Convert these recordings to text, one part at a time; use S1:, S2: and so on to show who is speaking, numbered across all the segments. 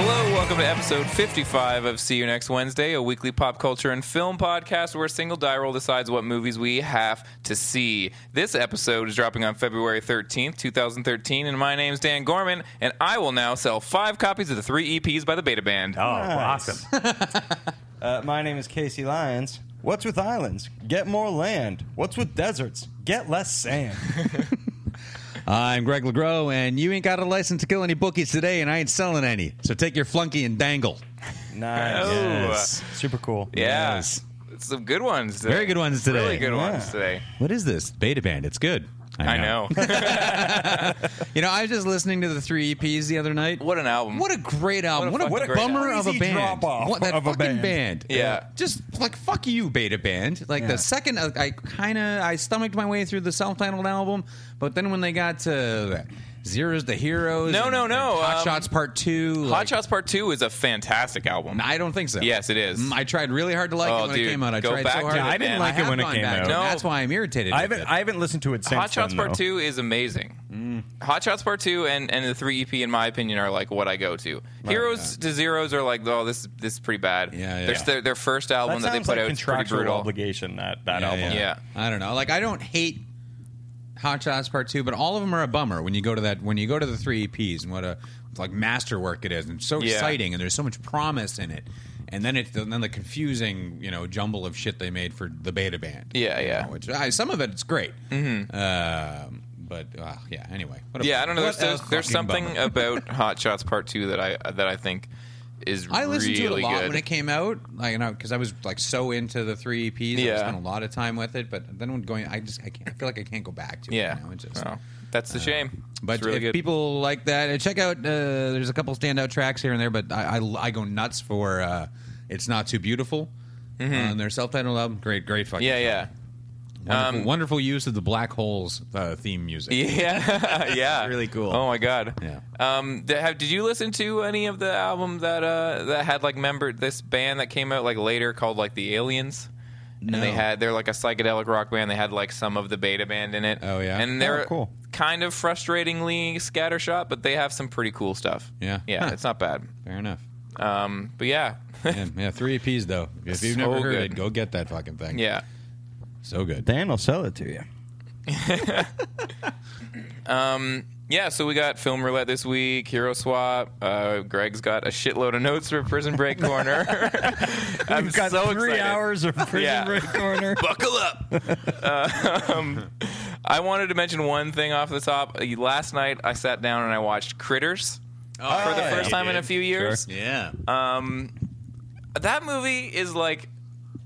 S1: Hello, welcome to episode 55 of See You Next Wednesday, a weekly pop culture and film podcast where a single die roll decides what movies we have to see. This episode is dropping on February 13th, 2013, and my name's Dan Gorman, and I will now sell five copies of the three EPs by the Beta Band.
S2: Oh,
S3: Nice.
S2: awesome.
S3: Uh, my name is Casey Lyons. What's with islands? Get more land. What's with deserts? Get less sand.
S4: I'm Greg LeGros, and you ain't got a license to kill any bookies today, and I ain't selling any. So take your flunky and dangle.
S3: nice.
S1: Oh.
S4: Yes.
S3: Super cool.
S1: Yeah.
S4: Yes.
S1: Some good ones. Today.
S4: Very good ones today.
S1: Really good
S3: Yeah.
S1: ones today.
S4: What is this? Beta Band. It's good.
S1: I know.
S4: You know, I was just listening to the three EPs the other night.
S1: what an album.
S4: What a great album.
S1: What
S4: What
S1: a
S4: a,
S1: fucking great
S4: bummer
S3: album.
S4: of a
S3: Easy
S4: band.
S3: drop-off
S4: what, that
S3: of a
S4: fucking
S3: band.
S1: Yeah.
S4: Just like fuck you, Beta Band. Like
S3: Yeah.
S4: the second uh, I kind of I stomached my way through the self-titled album, but then when they got to Zero's the Heroes,
S1: No,
S4: and-
S1: no,
S4: and
S1: no,
S4: Hot
S1: um,
S4: Shots Part Two,
S1: Hot Shots Part 2 is a fantastic album.
S4: I don't think so.
S1: Yes, it is.
S4: Mm, I tried really hard to like
S1: Oh,
S4: it when
S1: dude,
S4: it came out. I
S1: go
S4: tried
S1: back to
S4: so hard.
S1: it, Yeah, I didn't man. like
S4: have
S2: it when it
S4: gone
S2: came
S4: back
S2: out.
S4: to it.
S1: No.
S4: That's why I'm irritated.
S2: I
S4: with
S2: haven't
S4: it.
S2: I haven't listened to it since.
S1: Hot Shots
S2: then,
S1: Part
S2: though.
S1: Two is amazing.
S4: Mm.
S1: Hot Shots Part Two and, and the three EP, in my opinion, are like what I go to. Heroes to Zeros are like, oh, this this is pretty bad.
S4: Yeah, yeah.
S1: Their, their, their first
S3: That
S1: album that, they
S3: sounds
S1: put
S3: like
S1: out is pretty
S3: contractual
S1: brutal.
S3: obligation. That that
S4: Yeah,
S3: album.
S1: Yeah.
S4: I don't know. Like I don't hate Hot Shots Part Two, but all of them are a bummer when you go to that when you go to the three EPs and what a like masterwork it is, and it's so
S1: Yeah.
S4: exciting, and there's so much promise in it. And then it's and then the confusing you know jumble of shit they made for the beta band.
S1: Yeah,
S4: you
S1: yeah.
S4: know, which I, some of it's great. Mm-hmm. Um, but uh, yeah, anyway. What a-
S1: Yeah, I don't know.
S4: what
S1: There's, there's,
S4: a
S1: there's something
S4: fucking bummer.
S1: about Hot Shots Part Two that I that I think is
S4: I listened
S1: really
S4: to it a lot
S1: good.
S4: when it came out, like you know, because I was like so into the three EPs.
S1: Yeah.
S4: I spent a lot of time with it, but then when going, I just I, can't, I feel like I can't go back to it.
S1: yeah,
S4: you know? It just,
S1: Oh, that's the shame.
S4: But
S1: it's really
S4: if
S1: good.
S4: people like that, uh, check out. Uh, there's a couple standout tracks here and there, but I, I, I go nuts for uh, "It's Not Too Beautiful" on their self-titled album. Great, great fucking.
S1: Mm-hmm. yeah,
S4: song.
S1: yeah,
S4: Wonderful, wonderful use of the black holes uh, theme music.
S1: yeah, yeah.
S4: Really cool.
S1: Oh my god.
S4: Yeah.
S1: Um. Did, have, did you listen to any of the album that uh that had like member this band that came out like later called like the Aliens?
S4: No.
S1: And they had they're like a psychedelic rock band. They had like some of the Beta Band in it.
S4: Oh, yeah?
S1: And they're
S3: Oh, cool.
S1: kind of frustratingly scattershot, but they have some pretty cool stuff.
S4: Yeah.
S1: Yeah.
S4: Huh.
S1: It's not bad.
S4: Fair enough.
S1: Um. But yeah.
S4: Yeah, yeah, three EPs though. If you've
S1: So
S4: never heard
S1: good.
S4: it, go get that fucking thing.
S1: yeah.
S4: so good.
S3: Dan will sell it to you.
S1: Yeah, so we got film roulette this week, hero swap. Uh, Greg's got a shitload of notes for Prison Break Corner. I'm
S3: We've got
S1: so
S3: three
S1: excited.
S3: hours of prison
S1: Yeah.
S3: break corner.
S1: buckle up. Uh, um, I wanted to mention one thing off the top. Uh, Last night, I sat down and I watched Critters for the
S4: Oh, yeah,
S1: first
S4: you
S1: time in
S4: did.
S1: a few years.
S4: Yeah.
S1: That movie is like,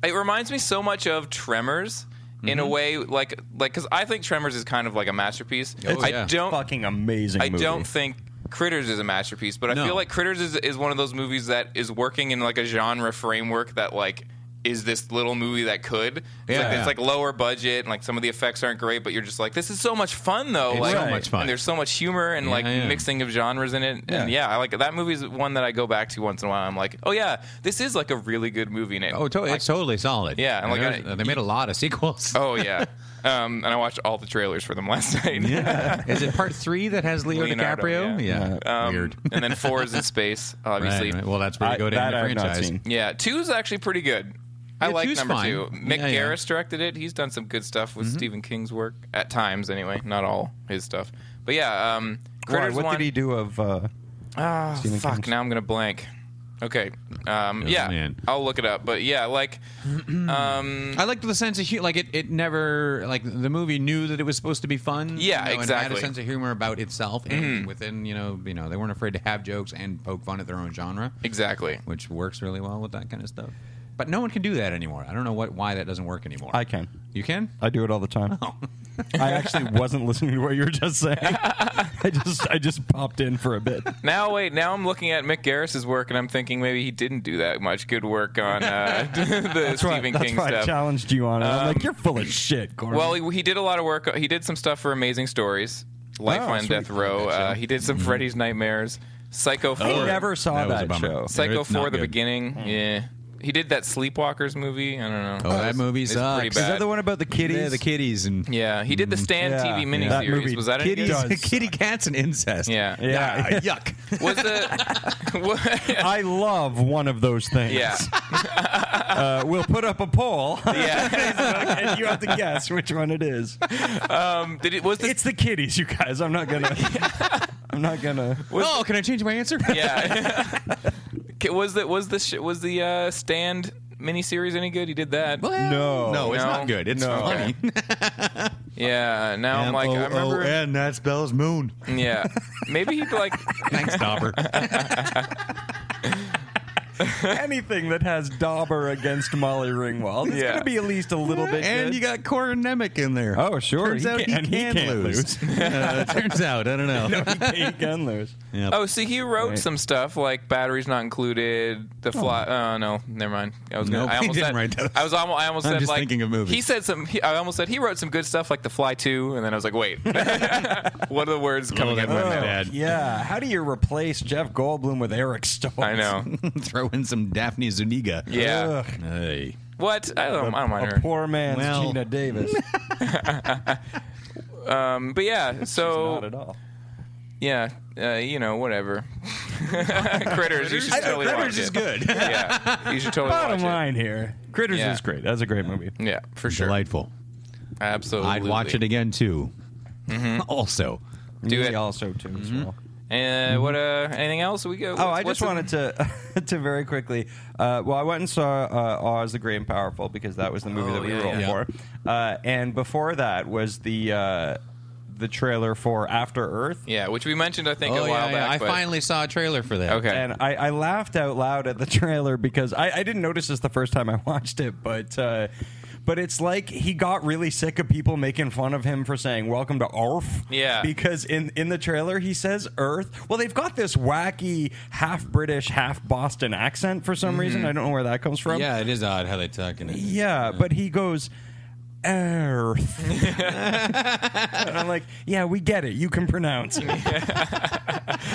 S1: it reminds me so much of Tremors. In
S4: Mm-hmm.
S1: a way, like, like, because I think Tremors is kind of like a masterpiece.
S4: Oh,
S1: I
S4: yeah.
S1: don't
S3: Fucking amazing.
S1: I
S3: movie.
S1: don't think Critters is a masterpiece, but I
S4: No.
S1: feel like Critters is, is one of those movies that is working in like a genre framework that like is this little movie that could. It's,
S4: Yeah.
S1: like, it's like lower budget and like some of the effects aren't great, but you're just like, this is so much fun though.
S4: It's
S1: like,
S4: so much fun.
S1: And there's so much humor and like
S4: yeah.
S1: mixing of genres in it. And
S3: Yeah.
S1: yeah, I like it. that movie's one that I go back to once in a while. I'm like, oh yeah, this is like a really good movie. And it-
S4: Oh, to- it's totally solid.
S1: Yeah, and
S4: And
S1: like
S4: there's-
S1: I-
S4: they made a lot of sequels.
S1: oh yeah. Um, and I watched all the trailers for them last night.
S4: Is it part three that has Leo
S1: Leonardo,
S4: DiCaprio?
S1: yeah.
S4: Yeah,
S1: Um,
S4: weird.
S1: and then four is in space,
S4: Right,
S1: obviously.
S4: right. Well, that's pretty
S3: I-
S4: good in the
S3: that I've
S4: franchise.
S3: not seen.
S1: Yeah, two is actually pretty good. I
S4: Yeah,
S1: like
S4: two's
S1: number
S4: fine.
S1: two. Mick
S4: Yeah, yeah.
S1: Garris directed it. He's done some good stuff
S3: Mm-hmm.
S1: with Stephen King's work at times, anyway. Not all his stuff, but yeah. Um,
S3: Why,
S1: Critters
S3: what
S1: one.
S3: did he do of? Uh,
S1: Ah,
S3: Stephen Oh,
S1: fuck.
S3: King's-
S1: Now I'm gonna blank. Okay. Um, yeah,
S4: man.
S1: I'll look it up. But yeah, like, um,
S4: I liked the sense of humor. Like it, it never like the movie knew that it was supposed to be fun.
S1: Yeah,
S4: you know, And
S1: exactly. Mm-hmm.
S4: had a sense of humor about itself and within you know you know they weren't afraid to have jokes and poke fun at their own genre,
S1: exactly.
S4: which works really well with that kind of stuff. But no one can do that anymore. I don't know what why that doesn't work anymore.
S3: I can.
S4: You can.
S3: I do it all the time. I actually wasn't listening to what you were just saying. I just I just popped in for a bit.
S1: Now wait, now I'm looking at Mick Garris's work and I'm thinking maybe he didn't do that much good work on uh, the Stephen
S3: That's
S1: King
S3: why I
S1: stuff.
S3: challenged you on it. I'm like, you're full of shit, Gordon.
S1: Well, he, he did a lot of work. He did some stuff for Amazing Stories, Life
S3: Oh,
S1: on
S3: sweet.
S1: Death Row. Uh, he did some Freddy's Nightmares, Psycho 4.
S3: I Oh, never saw
S4: That was a
S3: that,
S4: bummer.
S3: show.
S4: It's
S1: Psycho
S4: It's
S1: 4
S4: not
S1: The
S4: good.
S1: Beginning.
S3: Hmm.
S1: Yeah. He did that Sleepwalkers movie. I don't know.
S4: Oh, that
S1: It's-
S4: movie
S1: it's
S4: sucks.
S1: pretty
S4: Is
S3: Is
S1: bad.
S3: that the one about the kitties?
S4: Yeah, the kitties and
S1: Yeah, he did the Stand
S3: Mm-hmm. Yeah.
S1: TV
S3: Yeah. That
S1: miniseries.
S3: movie
S1: Was that any
S3: Kitty
S1: good?
S3: does.
S4: kitty cats and incest.
S1: Yeah.
S3: Yeah.
S4: Ah, yuck.
S1: Was the what-
S3: I love one of those things.
S1: Yeah.
S3: Uh, we'll put up a poll,
S1: Yeah.
S3: and you have to guess which one it is.
S1: Um, Did it was the
S3: It's the kitties, you guys. I'm not gonna. I'm not gonna.
S4: oh, can I change my answer?
S1: Yeah. K- was the was the sh- was the uh, Stand miniseries any good? He did that.
S4: Well,
S3: No.
S4: no, it's
S1: No.
S4: not good. It's
S3: No.
S4: funny.
S1: Yeah. Now I'm like I remember
S4: and that spells moon.
S1: Yeah. Maybe he'd like
S4: Thanks, Dauber.
S3: Anything that has Dauber against Molly Ringwald, it's
S1: Yeah.
S3: gonna be at least a little bit.
S4: and
S3: good.
S4: you got Corin Nemec in there.
S3: Oh, sure.
S4: Turns
S3: He
S4: out
S3: can- and
S4: he
S3: he
S4: can
S3: can't
S4: lose. Uh, turns out, I don't know.
S3: you can lose.
S1: Oh, see, he wrote
S3: Right.
S1: some stuff like batteries not included. The fly. Oh, no, never mind. I was gonna.
S4: Nope,
S1: I
S4: he
S1: almost
S4: didn't
S1: said.
S4: write those.
S1: I was almost. I almost
S4: I'm
S1: said
S4: just
S1: like
S4: thinking of movies.
S1: He said some. He, I almost said he wrote some good stuff like the Fly Two, and then I was like, wait, what are the words coming out of my
S4: that's
S1: mouth?
S4: bad. Bad.
S3: Oh, Yeah. How do you replace Jeff Goldblum with Eric Stoltz?
S1: I know.
S4: Throw in some Daphne Zuniga.
S1: Yeah.
S3: Ugh.
S4: Hey.
S1: What? I don't. I don't mind
S3: A
S1: her.
S3: poor man's
S4: Well-
S3: Gina Davis.
S1: Um, but yeah.
S3: Not
S1: So
S3: at all.
S1: yeah. Uh, you know, whatever. Critters. You should
S3: I-
S1: totally
S3: Critters
S1: watch
S3: is
S1: it.
S4: Good.
S1: Yeah. You should totally
S3: Bottom
S1: watch
S3: line here, Critters
S1: Yeah.
S3: is great. That's a great movie.
S1: it. Yeah, for sure.
S4: Delightful.
S1: Absolutely. Mm-hmm.
S4: I'd watch it again, too. Also.
S1: Do
S3: Me
S1: it.
S3: also too. As well.
S1: And what? Uh, anything else? We go.
S3: Oh,
S1: what's-
S3: I
S1: what's
S3: just
S1: the-
S3: wanted to to very quickly. Uh, well, I went and saw uh, Oz the Great and Powerful because that was the movie
S1: Oh,
S3: that we
S1: yeah,
S3: were all
S1: yeah.
S3: for. Uh, and before that was the uh, the trailer for After Earth.
S1: Yeah, which we mentioned, I think, a
S4: oh,
S1: while
S4: yeah, yeah.
S1: back.
S4: I
S1: but-
S4: finally saw a trailer for that.
S1: Okay.
S3: And I, I laughed out loud at the trailer because I, I didn't notice this the first time I watched it, but uh, but it's like he got really sick of people making fun of him for saying "Welcome to Earth."
S1: Yeah.
S3: because in in the trailer he says "Earth." Well, they've got this wacky half British, half Boston accent for
S1: Mm-hmm.
S3: some reason. I don't know where that comes from.
S4: Yeah, it is odd how they talk in it.
S3: Yeah, but he goes Earth. and I'm like, yeah, we get it. You can pronounce it.
S1: you, think,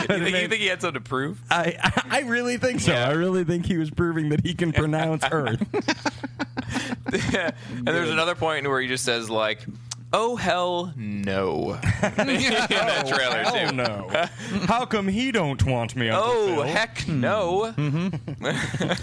S1: you think he had something to prove?
S3: I, I really think so. I really think he was proving that he can pronounce Earth.
S1: and there's another point where he just says like, "Oh hell no!"
S4: Oh,
S1: in that trailer
S3: Hell
S1: too.
S3: Oh, no. How come he don't want me? Uncle
S1: Oh
S3: Phil?
S1: heck
S4: Hmm.
S1: no!
S4: Mm-hmm.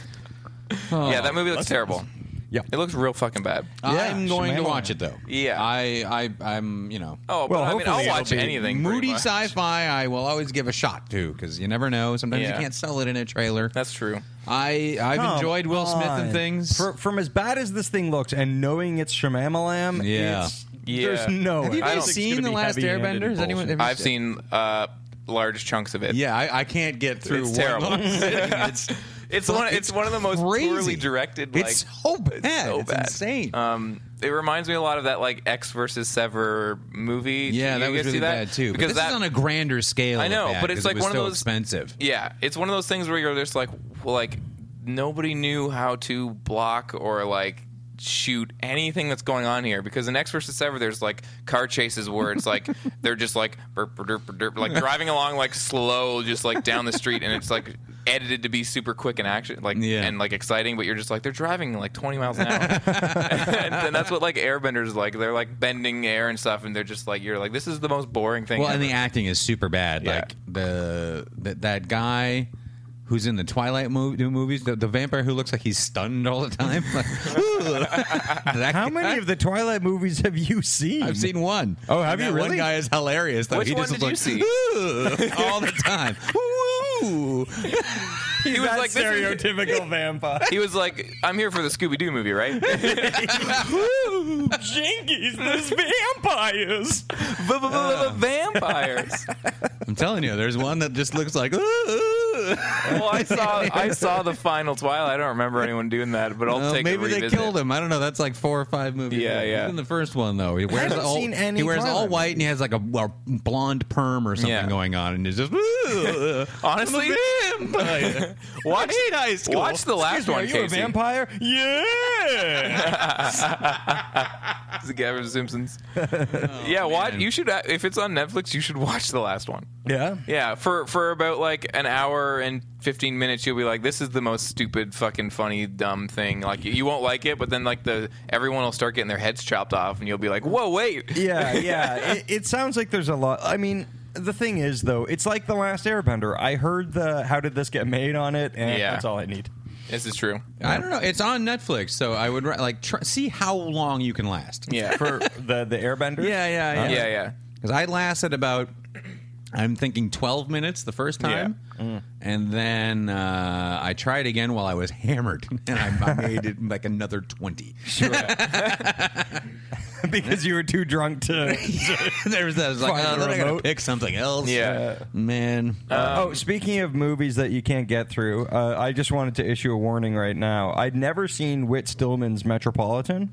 S4: Oh.
S1: yeah, that movie looks terrible.
S3: Yeah.
S1: It looks real fucking bad.
S4: I'm going to
S3: Shyamalan.
S4: watch it, though.
S1: Yeah.
S4: I, I, I'm, you know.
S1: Oh, but I
S3: Well,
S1: mean,
S3: hopefully
S1: I'll
S3: it'll
S1: watch
S3: be
S1: anything. pretty
S4: Moody
S1: much.
S4: sci-fi, I will always give a shot to because you never know. Sometimes
S1: Yeah.
S4: you can't sell it in a trailer.
S1: That's true.
S4: I I've
S3: Come
S4: enjoyed Will Smith
S3: on.
S4: and things.
S3: For, from as bad as this thing looks, and knowing it's Shamamalam,
S4: Yeah.
S3: it's,
S1: Yeah.
S3: there's no.
S4: have you
S1: I
S4: guys
S1: don't-
S4: seen the last Airbender? Has anyone? have you
S1: I've seen uh, large chunks of it.
S4: Yeah, I, I can't get through.
S1: It's
S4: one
S1: terrible.
S4: long sitting. It's
S1: It's one. It's one of the most
S4: crazy.
S1: poorly directed. Like,
S4: it's so bad. It's,
S1: so bad.
S4: insane.
S1: Um, it reminds me a lot of that like X versus Sever movie.
S4: yeah,
S1: You
S4: that was
S1: guys see
S4: really
S1: that?
S4: bad too. Because
S1: Because
S4: this
S1: that,
S4: is on a grander scale.
S1: I know,
S4: of bad
S1: but it's
S4: 'cause
S1: like
S4: it was
S1: one of
S4: so
S1: those-
S4: expensive.
S1: yeah, it's one of those things where you're just like, well, like nobody knew how to block or like shoot anything that's going on here because in X versus Sever there's like car chases where it's like they're just like burp, burp, burp, burp, burp, like driving along like slow just like down the street and it's like edited to be super quick and action like
S4: Yeah.
S1: and like exciting but you're just like they're driving like 20 miles an hour and, and that's what like airbenders is like they're like bending air and stuff and they're just like you're like this is the most boring thing
S4: Well, and
S1: ever.
S4: the acting is super bad.
S1: Yeah.
S4: Like the, the that guy who's in the Twilight movie, movies, the, the vampire who looks like he's stunned all the time. Like, that
S3: How
S4: guy-
S3: many of the Twilight movies have you seen?
S4: I've seen one.
S3: Oh, have
S4: And
S3: you
S4: that One
S3: really?
S4: guy is hilarious. Though.
S1: Which
S4: he
S1: one
S4: just
S1: did
S4: looks
S1: you
S4: like, "Ugh," all the time. Woo!
S1: he was
S3: that
S1: like this is-
S3: stereotypical vampire.
S1: he was like I'm here for the Scooby Doo movie right
S3: Jinkies, there's vampires.
S1: vampires
S4: I'm telling you, there's one that just looks like. "Ugh."
S1: well, I saw I saw the final Twilight. I don't remember anyone doing that, but I'll
S4: Uh,
S1: take a
S4: maybe they
S1: revisit.
S4: killed him. I don't know. That's like four or five movies.
S1: Yeah,
S4: in.
S1: yeah.
S4: Even the first one though, he wears
S3: haven't
S4: all
S3: seen any
S4: he wears all
S3: Twilight
S4: white and he has like a, a blonde perm or something
S1: Yeah.
S4: going on, and it's just "Ugh,
S1: Honestly,
S4: I'm a vampire."
S1: Watch-
S4: I hate high school.
S1: Watch the last one,
S3: Are you a
S1: Casey.
S3: vampire? Yeah.
S1: It's the guy from Simpsons.
S4: Oh,
S1: yeah, watch. You should. uh, If it's on Netflix, you should watch the last one.
S3: yeah.
S1: Yeah, for for about like an hour and fifteen minutes, you'll be like, "This is the most stupid, fucking funny, dumb thing." Like you- you won't like it, but then like the everyone will start getting their heads chopped off, and you'll be like, "Whoa, wait!"
S3: yeah, yeah. It, it sounds like there's a lot. I mean, the thing is, though, it's like the last Airbender. I heard the "How did this get made?" on it, and
S1: Yeah.
S3: that's all I need.
S1: This is true.
S4: I don't know. It's on Netflix, so I would ri- like tr- see how long you can last.
S1: Yeah,
S3: for the the Airbender.
S4: yeah, yeah,
S1: yeah, yeah.
S4: Because I lasted about, I'm thinking 12 minutes the first time.
S1: Mm.
S4: And then uh, I tried again while I was hammered. And I, I made it like another 20.
S3: because you were too drunk to.
S4: there was that. I was like,
S3: Find
S4: oh,
S3: the
S4: then I got to
S3: remote.
S4: pick something else.
S1: Yeah. Uh,
S4: Man.
S3: oh, speaking of movies that you can't get through, uh, I just wanted to issue a warning right now. I'd never seen Whit Stillman's Metropolitan.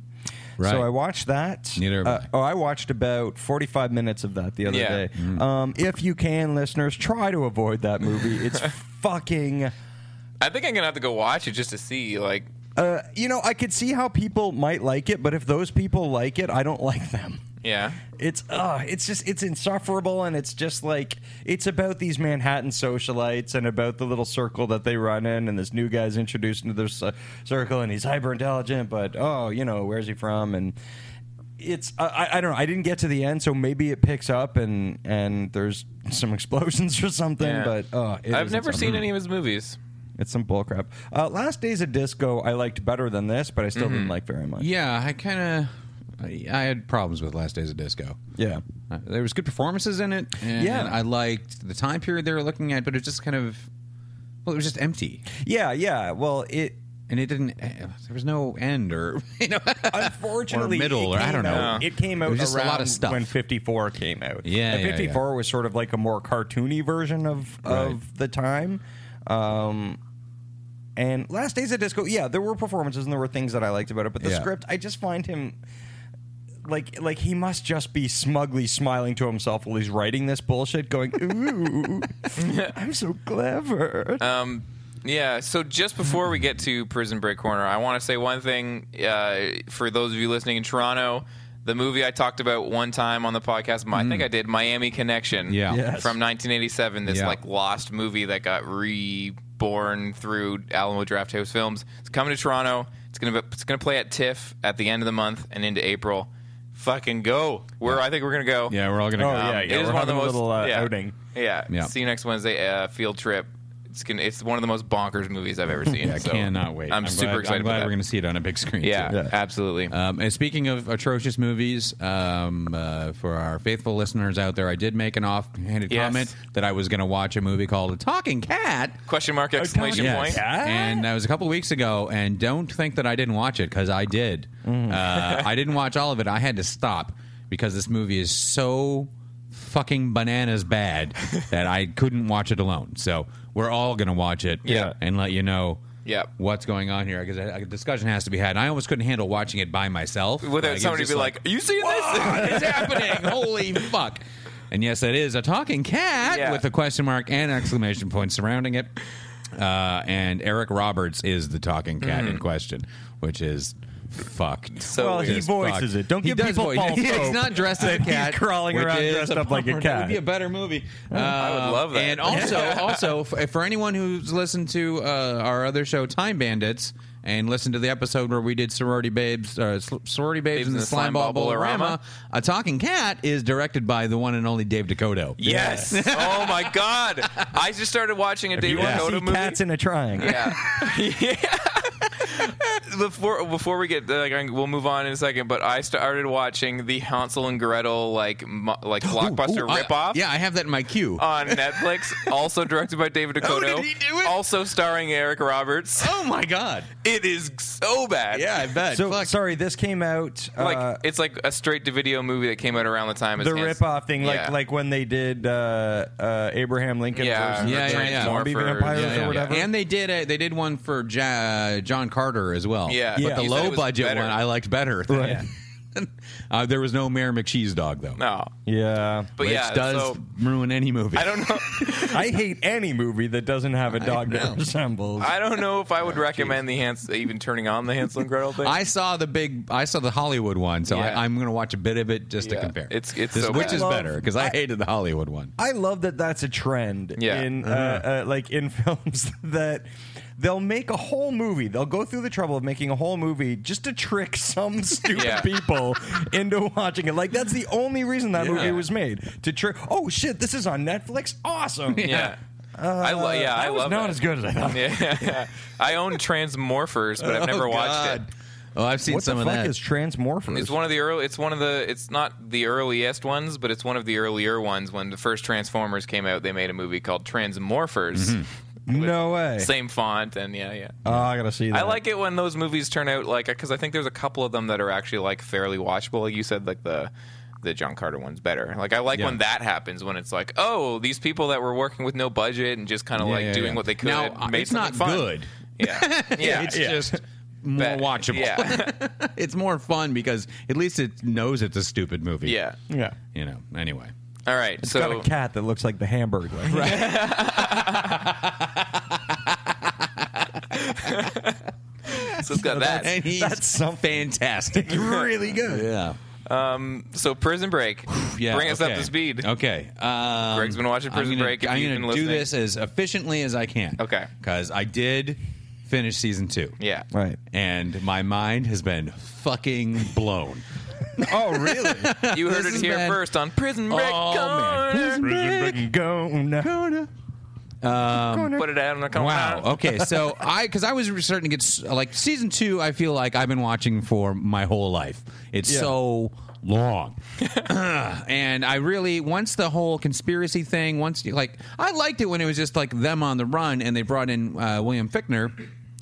S4: Right.
S3: So I watched that.
S4: Neither have
S3: Uh, oh, I watched about forty-five minutes of that the other
S1: Yeah.
S3: day. Um, if you can, listeners, try to avoid that movie. It's fucking
S1: I think I'm gonna have to go watch it just to see. Like,
S3: Uh, you know, I could see how people might like it, but if those people like it, I don't like them.
S1: yeah,
S3: It's uh it's just it's insufferable and it's just like it's about these Manhattan socialites and about the little circle that they run in and this new guy's introduced into their c- circle and he's hyper intelligent but oh, you know, where's he from and it's I- I, I don't know. I didn't get to the end, so maybe it picks up and and there's some explosions or something.
S1: Yeah.
S3: But uh, it
S1: I've
S3: is
S1: never
S3: insufferable.
S1: seen any of his movies.
S3: It's some bullcrap. Uh, Last Days of Disco, I liked better than this, but I still didn't like very much.
S4: yeah, I kind of, I, I had problems with Last Days of Disco.
S3: Yeah.
S4: Uh, there was good performances in it. And
S3: Yeah.
S4: I liked the time period they were looking at, but it was just kind of, well, it was just empty.
S3: Yeah, yeah. Well, it
S4: and it didn't. eh, There was no end, or you know.
S3: unfortunately
S4: Or middle,
S3: it
S4: or I
S3: came
S4: don't know.
S3: out- It came
S4: It
S3: out
S4: was just a
S3: around
S4: lot of stuff.
S3: when 54 came out.
S4: Yeah,
S3: And
S4: yeah,
S3: 54 was sort of like a more cartoony version of of the time. Um and Last Days of Disco, yeah, there were performances and there were things that I liked about it, but the
S4: Yeah.
S3: script, I just find him like like he must just be smugly smiling to himself while he's writing this bullshit, going, "Ooh, I'm so clever."
S1: Uh, Yeah, so just before we get to Prison Break Corner, I want to say one thing uh, for those of you listening in Toronto. The movie I talked about one time on the podcast, I think I did, Miami Connection,
S4: Mm. Yeah.
S3: Yes.
S1: from 1987. This
S4: Yeah.
S1: like lost movie that got reborn through Alamo Drafthouse Films. It's coming to Toronto. It's gonna be, it's gonna play at TIFF at the end of the month and into April. Fucking go! Where I think we're gonna go.
S4: yeah, we're all gonna.
S3: Oh,
S4: go.
S3: yeah,
S1: Um, It is
S3: we're
S1: one of the
S3: having a
S1: most
S3: little, uh,
S1: yeah.
S3: outing.
S1: Yeah.
S4: Yeah.
S1: See you next Wednesday. Uh, field trip. It's gonna. It's one of the most bonkers movies I've ever seen.
S4: I
S1: so
S4: cannot wait.
S1: I'm, super
S4: glad,
S1: excited
S4: I'm glad
S1: about
S4: we're
S1: that.
S4: gonna see it on a big screen.
S1: yeah,
S4: too.
S3: Yeah.
S1: Absolutely.
S4: Um, and speaking of atrocious movies, um, uh, for our faithful listeners out there, I did make an offhanded
S1: Yes.
S4: comment that I was going to watch a movie called A Talking Cat.
S1: Question mark exclamation
S4: Yes.
S1: point.
S3: Cat?
S4: And that was a couple weeks ago, and don't think that I didn't watch it because I did. Uh, I didn't watch all of it. I had to stop because this movie is so fucking bananas bad that I couldn't watch it alone. So we're all gonna watch it,
S1: Yeah.
S4: and let you know.
S1: Yep.
S4: What's going on here? Because a a discussion has to be had. And I almost couldn't handle watching it by myself.
S1: Without
S4: Like, it's
S1: somebody
S4: just
S1: be like, "Are you seeing
S4: "Whoa,
S1: this?"
S4: it's happening. Holy fuck. And yes, it is a talking cat
S1: Yeah.
S4: with a question mark and exclamation point surrounding it. uh, and Eric Roberts is the talking cat in question, which is fucked.
S1: Mm. So
S3: Well, he
S1: weird.
S3: voices it. Don't
S4: He
S3: give
S4: does
S3: people
S4: voice-
S3: false
S4: He's
S3: hope
S4: not dressed as a
S3: that he's
S4: cat.
S3: crawling
S4: which
S3: around
S4: is
S3: dressed
S4: a
S3: up like a
S4: bummer.
S3: cat.
S4: That would be a better movie. I
S1: would love that.
S4: And also, also f- for anyone who's listened to uh, our other show, Time Bandits, and listened to the episode where we did sorority babes, uh, Sl- sorority babes, and the, slime ball
S1: Ball-Bolorama.
S4: bolorama. A talking cat is directed by the one and only Dave Dakota.
S1: Yes. oh my God. I just started watching a David
S3: You wanna
S1: Dakota
S3: see
S1: movie.
S3: cats in a triangle.
S1: yeah. yeah. Before before we get like we'll move on in a second, but I started watching the Hansel and Gretel like mo- like blockbuster
S4: Ooh, uh, I-
S1: ripoff. Uh,
S4: yeah, I have that in my queue.
S1: on Netflix, also directed by David Dakota,
S4: did he do it?
S1: also starring Eric Roberts.
S4: oh my god.
S1: It is so bad.
S4: Yeah, I bet.
S3: So
S4: Fuck.
S3: sorry, this came out uh,
S1: like it's like a straight to video movie that came out around the time as
S3: the
S1: Hans-
S3: rip-off thing, like
S1: Yeah.
S3: like when they did uh, uh, Abraham Lincoln
S1: Yeah.
S3: versus
S4: Yeah,
S3: the
S4: yeah,
S3: trans-
S4: yeah.
S3: zombie
S1: Morphers.
S3: vampires
S1: Yeah, yeah,
S3: or whatever.
S4: And they did a, they did one for ja, John Carter as well.
S1: Yeah.
S3: Yeah.
S4: but the
S3: You
S1: said it
S4: low
S1: was
S4: budget
S1: better.
S4: one I liked better.
S3: Right.
S4: uh, there was no Mayor McCheese dog though.
S1: No,
S3: Yeah,
S1: but
S4: which
S1: yeah,
S4: does
S1: so
S4: ruin any movie.
S1: I don't know.
S3: I hate any movie that doesn't have a dog that resembles.
S1: I don't know if I
S3: Oh,
S1: would recommend the Hans even turning on the Hansel and Gretel thing.
S4: I saw the big. I saw the Hollywood one, so
S1: Yeah.
S4: I, I'm going to watch a bit of it just
S1: Yeah.
S4: to compare.
S1: It's- it's
S4: This-
S1: so
S4: which
S1: bad.
S4: is
S3: Love-
S4: better because I hated the Hollywood one.
S3: I love that that's a trend
S1: Yeah.
S3: in uh, uh, like in films that they'll make a whole movie. They'll go through the trouble of making a whole movie just to trick some stupid
S1: Yeah.
S3: people into watching it. Like that's the only reason that movie was made to trick. Oh shit, this is on Netflix. Awesome.
S1: yeah, I lo- yeah, I
S3: Uh, that was
S1: love
S3: not
S1: that.
S3: as good as I thought.
S1: Yeah, yeah. I own Transmorphers, but I've never
S4: Oh,
S1: watched
S4: God.
S1: it.
S4: Oh, I've seen
S3: What
S4: some
S3: the
S4: of
S3: fuck
S4: that.
S3: is Transmorphers?
S1: It's one of the early. It's one of the. It's not the earliest ones, but it's one of the earlier ones. When the first Transformers came out, they made a movie called Transmorphers.
S4: Mm-hmm.
S3: no way.
S1: Same font and yeah, yeah.
S3: Oh, I gotta see that.
S1: I like it when those movies turn out like because I think there's a couple of them that are actually like fairly watchable. Like you said, like the the John Carter one's better. Like I like when that happens when it's like, oh, these people that were working with no budget and just kind of
S4: Yeah,
S1: like
S4: yeah,
S1: doing
S4: yeah.
S1: what they could.
S4: Now, uh,
S1: made
S4: it's not
S1: something fun.
S4: good.
S1: Yeah, yeah,
S4: It's just more
S1: Bad.
S4: watchable.
S1: Yeah,
S4: it's more fun because at least it knows it's a stupid movie.
S1: yeah.
S3: Yeah.
S4: You know. Anyway.
S1: All right,
S3: It's
S1: so
S3: got a cat that looks like the Hamburglar.
S1: so it's got that.
S4: and he's
S3: that's something.
S4: fantastic.
S3: really good.
S4: yeah.
S1: So Prison Break.
S4: Yeah,
S1: Bring us up
S4: okay. Oh.
S1: to speed.
S4: Okay. Um,
S1: Greg's been watching Prison
S4: I'm gonna,
S1: Break, if
S4: I'm
S1: you've
S4: gonna
S1: been
S4: do
S1: listening.
S4: this as efficiently as I can.
S1: Okay.
S4: Because I did finish season two.
S1: Yeah.
S3: Right.
S4: And my mind has been fucking blown.
S3: Oh, really?
S1: You heard it
S4: This has
S1: here
S4: been-
S1: first on Prison Break
S4: Oh, man.
S1: Corner.
S3: Gonna.
S1: Put it out on the corner.
S4: Wow. Oh, Okay. So I, because I was starting to get s- like season two, I feel like I've been watching for my whole life. It's
S3: Yeah.
S4: so long, and I really once the whole conspiracy thing. Once you like, I liked it when it was just like them on the run, and they brought in uh, William Fickner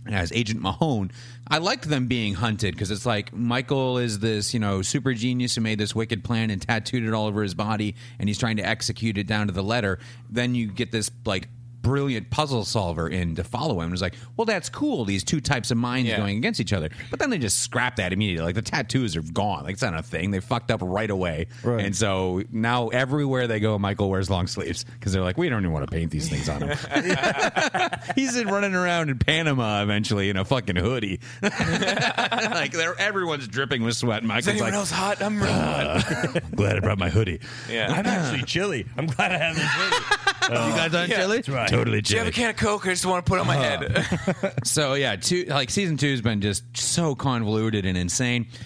S4: as Agent Mahone. I liked them being hunted because it's like Michael is this, you know, super genius who made this wicked plan and tattooed it all over his body, and he's trying to execute it down to the letter. Then you get this like brilliant puzzle solver in to follow him. It was like, well, that's cool. These two types of minds
S1: Yeah.
S4: going against each other. But then they just scrap that immediately. Like the tattoos are gone. Like it's not a thing. They fucked up right away.
S3: Right.
S4: And so now everywhere they go, Michael wears long sleeves because they're like, we don't even want to paint these things on him. He's in running around in Panama eventually in a fucking hoodie. like they're, everyone's dripping with sweat. Michael's
S1: Is anyone
S4: like, "Uh,
S1: else hot? I'm real hot.
S4: glad I brought my hoodie.
S1: Yeah.
S3: I'm actually chilly. I'm glad I have this hoodie.
S4: you guys on
S1: yeah,
S4: chili?
S1: that's
S3: right.
S4: Totally
S1: Do you have
S4: chili.
S1: a can of Coke? I just want to put it on my head.
S4: So yeah, two like season two's been just so convoluted and insane.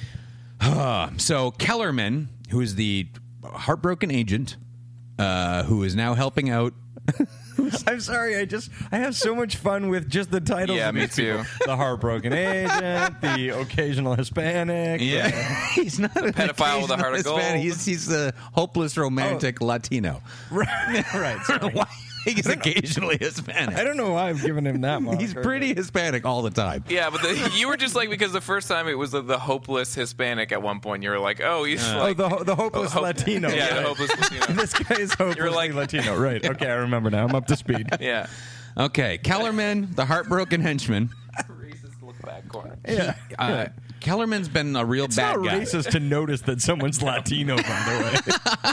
S4: so Kellerman, who is the heartbroken agent, uh, who is now helping out.
S3: I'm sorry. I just I have so much fun with just the titles.
S1: Yeah,
S3: of
S1: me
S3: these people.
S1: too.
S3: The heartbroken agent, the occasional Hispanic.
S4: he's not a
S1: pedophile with a heart of gold.
S4: He's he's a hopeless romantic Latino.
S3: right. right sorry.
S4: Why? He's occasionally Hispanic.
S3: I don't know why I've given him that much.
S4: he's pretty Hispanic all the time.
S1: yeah, but the, you were just like because the first time it was the, the hopeless Hispanic. At one point, you were like, oh, he's
S3: Oh,
S1: like
S3: the ho- the hopeless
S1: hope-
S3: Latino.
S1: Yeah, the
S3: right.
S1: hopeless Latino.
S3: This guy is hopelessly
S1: like-
S3: Latino. Right. Okay, I remember now. I'm up to speed.
S1: yeah.
S4: Okay, Kellerman, the heartbroken henchman.
S1: Racist look back corner.
S3: Yeah.
S4: Uh, Kellerman's been a real
S3: It's
S4: bad
S3: not
S4: guy.
S3: racist to notice that someone's Latino, by the way.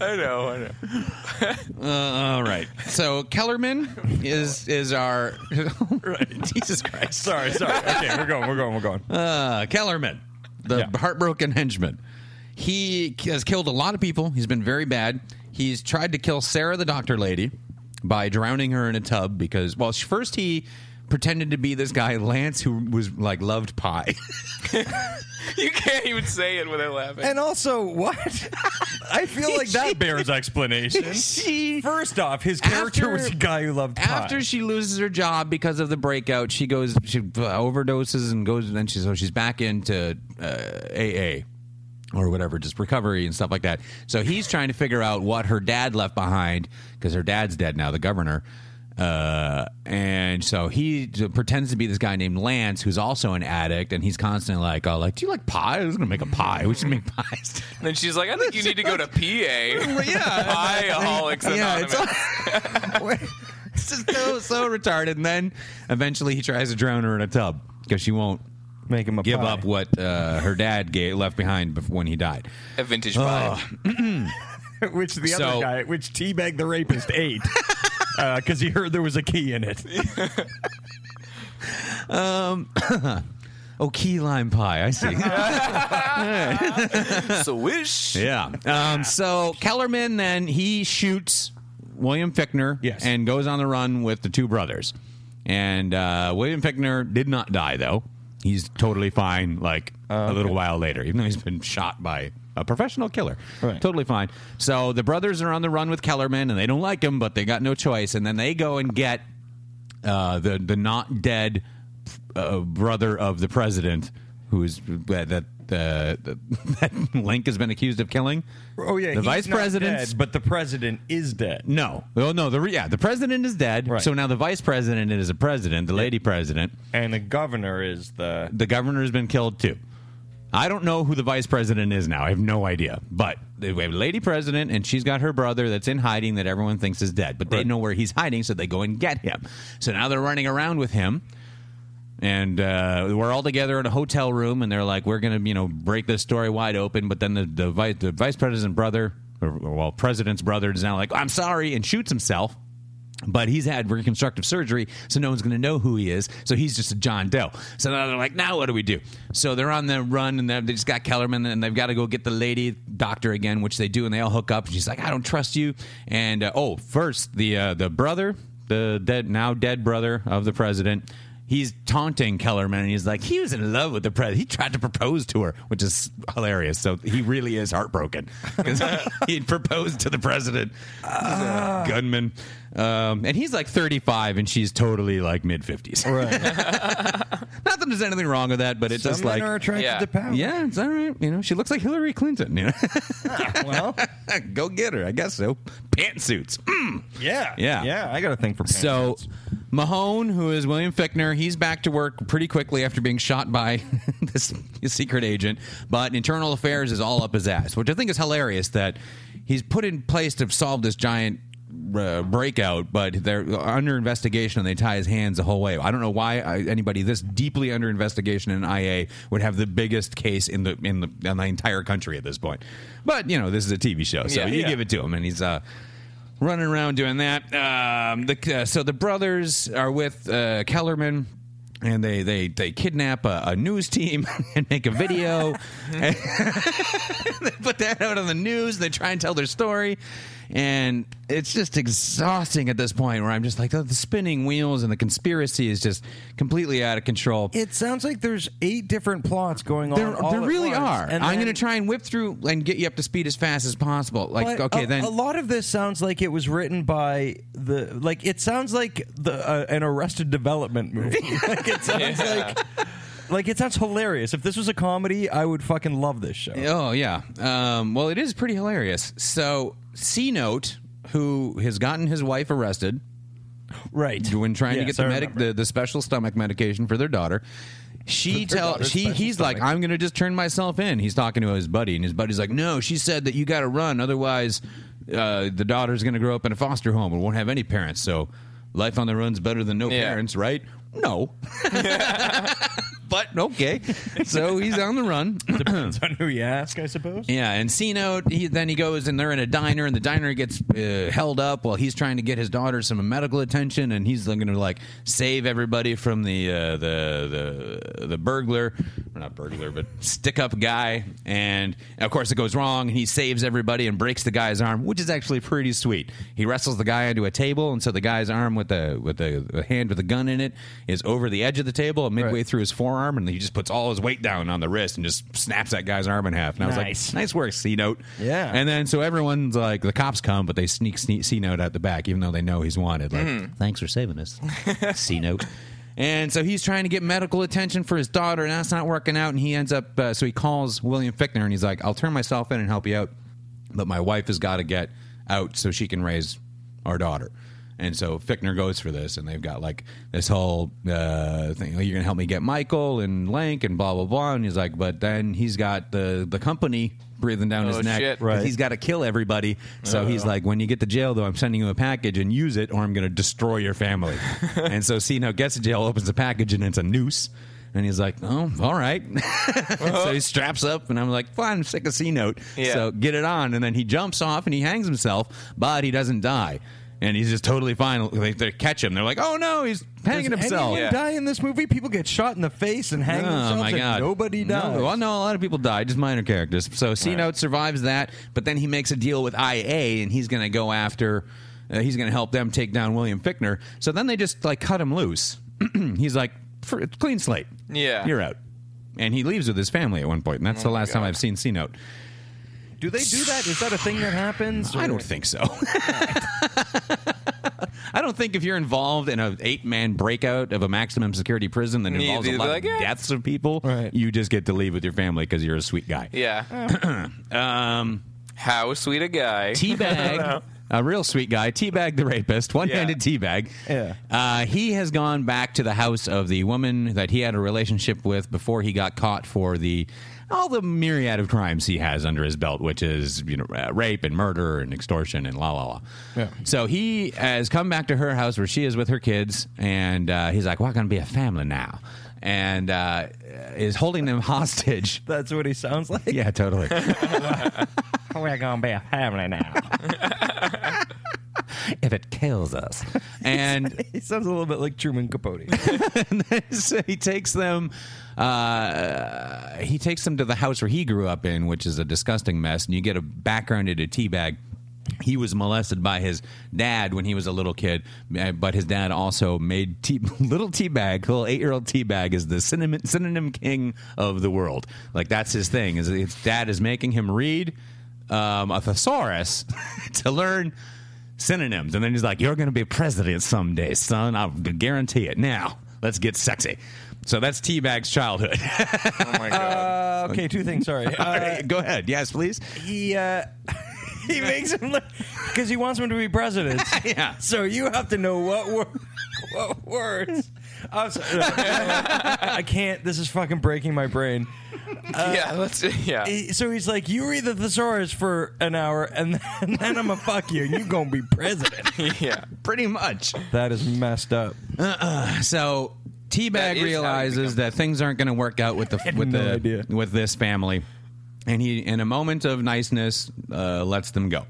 S1: I know, I know.
S4: all right. So Kellerman is is our Jesus Christ.
S3: Sorry, sorry. Okay, we're going, we're going, we're going.
S4: Uh, Kellerman, the
S3: Yeah.
S4: heartbroken henchman. He has killed a lot of people. He's been very bad. He's tried to kill Sarah, the doctor lady, by drowning her in a tub because, well, sh- first he pretended to be this guy Lance who was like loved pie.
S1: You can't even say it without laughing.
S3: And also, what? I feel like that bears explanation.
S4: She-
S3: First off, his character
S4: After-
S3: was a guy who loved pie.
S4: After she loses her job because of the breakout, she goes, she uh, overdoses and goes, and then she's so she's back into uh, AA or whatever, just recovery and stuff like that. So he's trying to figure out what her dad left behind because her dad's dead now, the governor. Uh, and so he d- pretends to be this guy named Lance, who's also an addict, and he's constantly like, "Oh, like, do you like pie? I was gonna make a pie. We should make pies."
S1: And then she's like, I think you need to go to PA. yeah. Pieaholics Anonymous.
S4: it's just so, so retarded. And then eventually he tries to drown her in a tub because she won't
S3: Make him a
S4: give
S3: pie.
S4: up what uh, her dad gave, left behind bef- when he died.
S1: a vintage vibe.
S3: which the
S4: So-
S3: other guy, which Teabag the rapist ate, because he heard there was a key in it.
S4: Oh, key lime pie. I see.
S1: Swish.
S4: yeah. Um, so Kellerman then he shoots William Fickner
S3: Yes.
S4: and goes on the run with the two brothers. And uh, William Fickner did not die though. He's totally fine. Like
S3: Oh,
S4: a little while later, even though he's been shot by a professional killer,
S3: Right.
S4: totally fine. So the brothers are on the run with Kellerman, and they don't like him, but they got no choice. And then they go and get uh, the the not dead uh, brother of the president, who is that that, uh, that Link has been accused of killing.
S3: Oh yeah,
S4: the vice president.
S3: president, but the president is dead.
S4: No, well, no, the re- yeah, the president is dead.
S3: Right.
S4: So now the vice president is a president, the lady president.
S3: And the governor is the
S4: The governor has been killed too. I don't know who the vice president is now. I have no idea. But they we have a lady president, and she's got her brother that's in hiding that everyone thinks is dead. But they know where he's hiding, so they go and get him. So now they're running around with him, and uh, we're all together in a hotel room, and they're like, "We're gonna, you know, break this story wide open." But then the the vice, the vice president brother, or, or, well, president's brother, is now like, "I'm sorry," and shoots himself. But he's had reconstructive surgery, so no one's going to know who he is. So he's just a John Doe. So now they're like, now what do we do? So they're on the run, and they're- they just got Kellerman, and they've got to go get the lady doctor again, which they do, and they all hook up. And she's like, I don't trust you. And uh, oh, first the uh, the brother, the dead now dead brother of the president, he's taunting Kellerman, and he's like, he was in love with the president. He tried to propose to her, which is hilarious. So he really is heartbroken because he proposed to the president. He's
S3: Ah.
S4: a gunman. Um, and he's like 35, and she's totally like mid 50s. Not that there's anything wrong with that, but it's
S3: Some
S4: just
S3: men
S4: like.
S3: are attracted
S1: Yeah.
S3: to power.
S4: yeah, it's all right. You know, she looks like Hillary Clinton. You
S3: Well,
S4: know, go get her. I guess so. Pantsuits.
S3: yeah,
S4: Yeah.
S3: yeah. I got a thing for pants.
S4: So Mahone, who is William Fickner, he's back to work pretty quickly after being shot by this secret agent. But internal affairs is all up his ass, which I think is hilarious that he's put in place to solve this giant. Uh, breakout, but they're under investigation and they tie his hands the whole way. I don't know why uh, anybody this deeply under investigation in IA would have the biggest case in the in the, in the entire country at this point. But you know, this is a TV show, so
S1: Yeah.
S4: you
S1: Yeah.
S4: give it to him, and he's uh, running around doing that. Um, the, uh, so the brothers are with uh, Kellerman. And they, they, they kidnap a, a news team and make a video. and they put that out on the news. They try and tell their story. And it's just exhausting at this point where I'm just like, the, the spinning wheels and the conspiracy is just completely out of control.
S3: it sounds like there's eight different plots going on.
S4: there
S3: all
S4: there
S3: at
S4: really
S3: once,
S4: are.
S3: and
S4: I'm
S3: then-
S4: going to try and whip through and get you up to speed as fast as possible. Like,
S3: But
S4: okay,
S3: a,
S4: then.
S3: a lot of this sounds like it was written by the like. It sounds like the uh, an Arrested Development movie. like it sounds like like it sounds hilarious. If this was a comedy, I would fucking love this show.
S4: Oh yeah. Um, well, it is pretty hilarious. So C Note, who has gotten his wife arrested
S3: Right.
S4: when trying to
S3: Yes,
S4: get the,
S3: I
S4: medic-
S3: remember.
S4: the the special stomach medication for their daughter. She tells
S3: daughter's
S4: she
S3: special
S4: he's like I'm gonna just turn myself in. He's talking to his buddy, and his buddy's like, "No, she said that you got to run, otherwise, uh, the daughter's gonna grow up in a foster home and won't have any parents. So, life on the run's better than no
S1: Yeah.
S4: parents, right? No, but okay. So he's on the run.
S3: Depends on who you ask, I suppose.
S4: Yeah, and Cino, he, then he goes and they're in a diner, and the diner gets uh, held up while he's trying to get his daughter some medical attention, and he's going to like save everybody from the uh, the the the burglar, or not burglar, but stick up guy. And of course, it goes wrong, and he saves everybody and breaks the guy's arm, which is actually pretty sweet. He wrestles the guy into a table, and so the guy's arm with the with the, the hand with the gun in it is over the edge of the table, and midway
S3: Right.
S4: through his forearm, and he just puts all his weight down on the wrist and just snaps that guy's arm in half. And I was like,
S3: Nice.
S4: Nice work, C Note.
S3: Yeah.
S4: And then so everyone's like, the cops come, but they sneak C Note out the back, even though they know he's wanted. Like, thanks for saving us, C Note. And so he's trying to get medical attention for his daughter, and that's not working out. And he ends up, uh, so he calls William Fickner, and he's like, "I'll turn myself in and help you out, but my wife has got to get out so she can raise our daughter." And so Fickner goes for this, and they've got like this whole uh, thing. Oh, you're gonna help me get Michael and Lank and blah blah blah. And he's like, but then he's got the the company breathing down
S1: Oh,
S4: his neck.
S1: shit. Uh.
S3: Right.
S4: He's got to kill everybody. So he's like, when you get to jail, though, I'm sending you a package and use it, or I'm going to destroy your family. and so Sino gets to jail, opens the package, and it's a noose. And he's like, oh, all right. so he straps up, and I'm like, fine, I'm sick of C note.
S1: Yeah.
S4: So get it on. And then he jumps off and he hangs himself, but he doesn't die. And he's just totally fine. They, they catch him. They're like, oh no, he's hanging
S3: Does
S4: himself.
S3: anyone
S1: Yeah.
S3: die in this movie? People get shot in the face and hang themselves. and Nobody dies.
S4: Oh, No, well, no, a lot of people died, just minor characters. So C Note survives that, but then he makes a deal with IA, and he's going to go after. Uh, he's going to help them take down William Fickner. So then they just like cut him loose. he's like, "For- clean slate.
S1: Yeah.
S4: you're out. And he leaves with his family at one point, and that's the last time I've seen C Note.
S3: Do they do that? Is that a thing that happens?
S4: I
S3: or-
S4: don't think so. I don't think if you're involved in an eight man breakout of a maximum security prison that
S1: You'd
S4: involves a
S1: be
S4: lot
S1: like,
S4: of
S1: "Yeah."
S4: deaths of people,
S3: Right.
S4: you just get to leave with your family because you're a sweet guy.
S1: Yeah.
S4: Um,
S1: How sweet a guy.
S4: Teabag, a real sweet guy, Teabag the rapist, one handed Teabag.
S3: Yeah.
S4: Uh, he has gone back to the house of the woman that he had a relationship with before he got caught for the all the myriad of crimes he has under his belt, which is you know uh, rape and murder and extortion and la la la.
S3: Yeah.
S4: So he has come back to her house where she is with her kids, and uh, he's like, "We're gonna be a family now," and uh, is holding them hostage.
S3: That's what he sounds like.
S4: Yeah, totally.
S3: We're gonna be a family now.
S4: if it kills us, and
S3: he sounds a little bit like Truman Capote.
S4: and then so he takes them uh, he takes them to the house where he grew up in which is a disgusting mess and you get a background into teabag he was molested by his dad when he was a little kid uh, but his dad also made tea, little teabag little eight-year-old teabag is the synonym, synonym king of the world like that's his thing is his dad is making him read um, a thesaurus to learn synonyms. And then he's like, You're going to be president someday, son. I'll guarantee it. Now, let's get sexy. So that's Teabag's childhood.
S1: Oh my god.
S3: Uh, okay, two things. Sorry.
S4: All
S3: Uh,
S4: right, go ahead. Yes, please.
S3: he uh, he makes him look because he wants him to be president.
S4: Yeah.
S3: So you have to know what wor- what words. I'm sorry. No, I can't. This is fucking breaking my brain.
S4: Uh,
S1: yeah. Let's. Yeah.
S4: eh,
S3: He- So he's like, "You read the thesaurus for an hour, and then, and then I'm gonna fuck you, and you gonna be president."
S1: yeah.
S4: Pretty much.
S3: That is messed up.
S4: So
S1: That is how
S4: Teabag
S1: you
S4: realizes
S1: become-
S4: that things aren't going to work out with the with
S3: no
S4: the
S3: idea.
S4: with this family, and he, in a moment of niceness, uh, lets them go.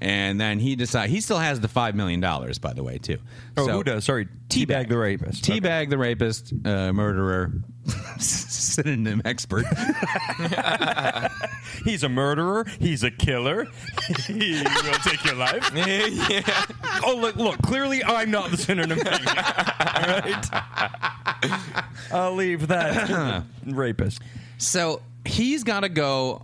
S4: And then he decides he still has the five million dollars, by the way, too.
S3: Oh,
S4: So-
S3: who does? Sorry, Teabag the rapist.
S4: Teabag the rapist, uh, murderer, synonym expert.
S3: He's a murderer. He's a killer. he will take your life. Oh, look, look. Clearly, I'm not the synonym. Thing. All right. I'll leave that to the rapist.
S4: so he's got to go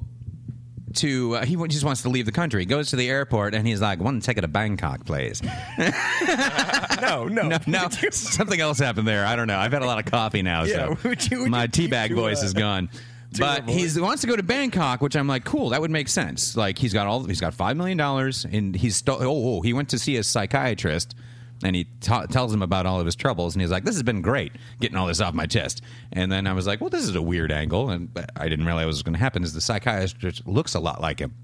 S4: to, uh, he wa- just wants to leave the country. He goes to the airport and he's like, one ticket to Bangkok, please.
S3: No, no,
S4: No, no, something else happened there. I don't know. I've had a lot of coffee now,
S3: Yeah,
S4: so
S3: would you- would
S4: my
S3: you keep
S4: teabag
S3: to,
S4: voice
S3: uh,
S4: is gone. But
S3: your
S4: he wants to go to Bangkok, which I'm like, cool. That would make sense. Like he's got all he's got five million dollars, and he's sto- oh, oh he went to see a psychiatrist, and he ta tells him about all of his troubles, and he's like, this has been great, getting all this off my chest. And then I was like, well, this is a weird angle, and I didn't realize what was going to happen. Is the psychiatrist looks a lot like him.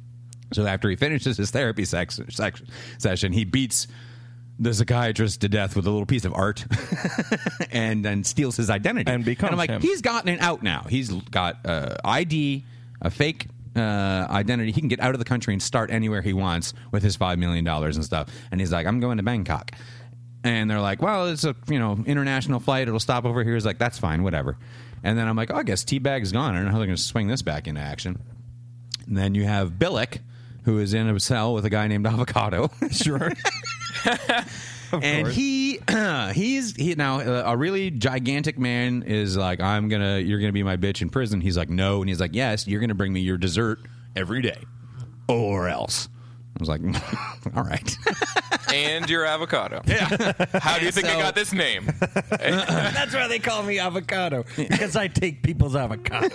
S4: So after he finishes his therapy sex, sex, session, he beats the psychiatrist to death with a little piece of art and then steals his identity.
S3: And becomes
S4: I'm like,
S3: him.
S4: he's gotten it out now. He's got uh, ID, a fake uh, identity. He can get out of the country and start anywhere he wants with his $5 million and stuff. And he's like, I'm going to Bangkok. And they're like, well, it's a you know international flight. It'll stop over here. He's like, that's fine, whatever. And then I'm like, oh, I guess Teabag's gone. I don't know how they're going to swing this back into action. And then you have Billick, who is in a cell with a guy named Avocado.
S3: Sure.
S4: and
S3: course.
S4: he he's he now uh, a really gigantic man is like i'm gonna you're gonna be my bitch in prison he's like no and he's like yes you're gonna bring me your dessert every day or else i was like all right
S1: and your avocado. Yeah. How do you think I
S4: so-
S1: got this name?
S3: That's why they call me avocado because I take people's avocado.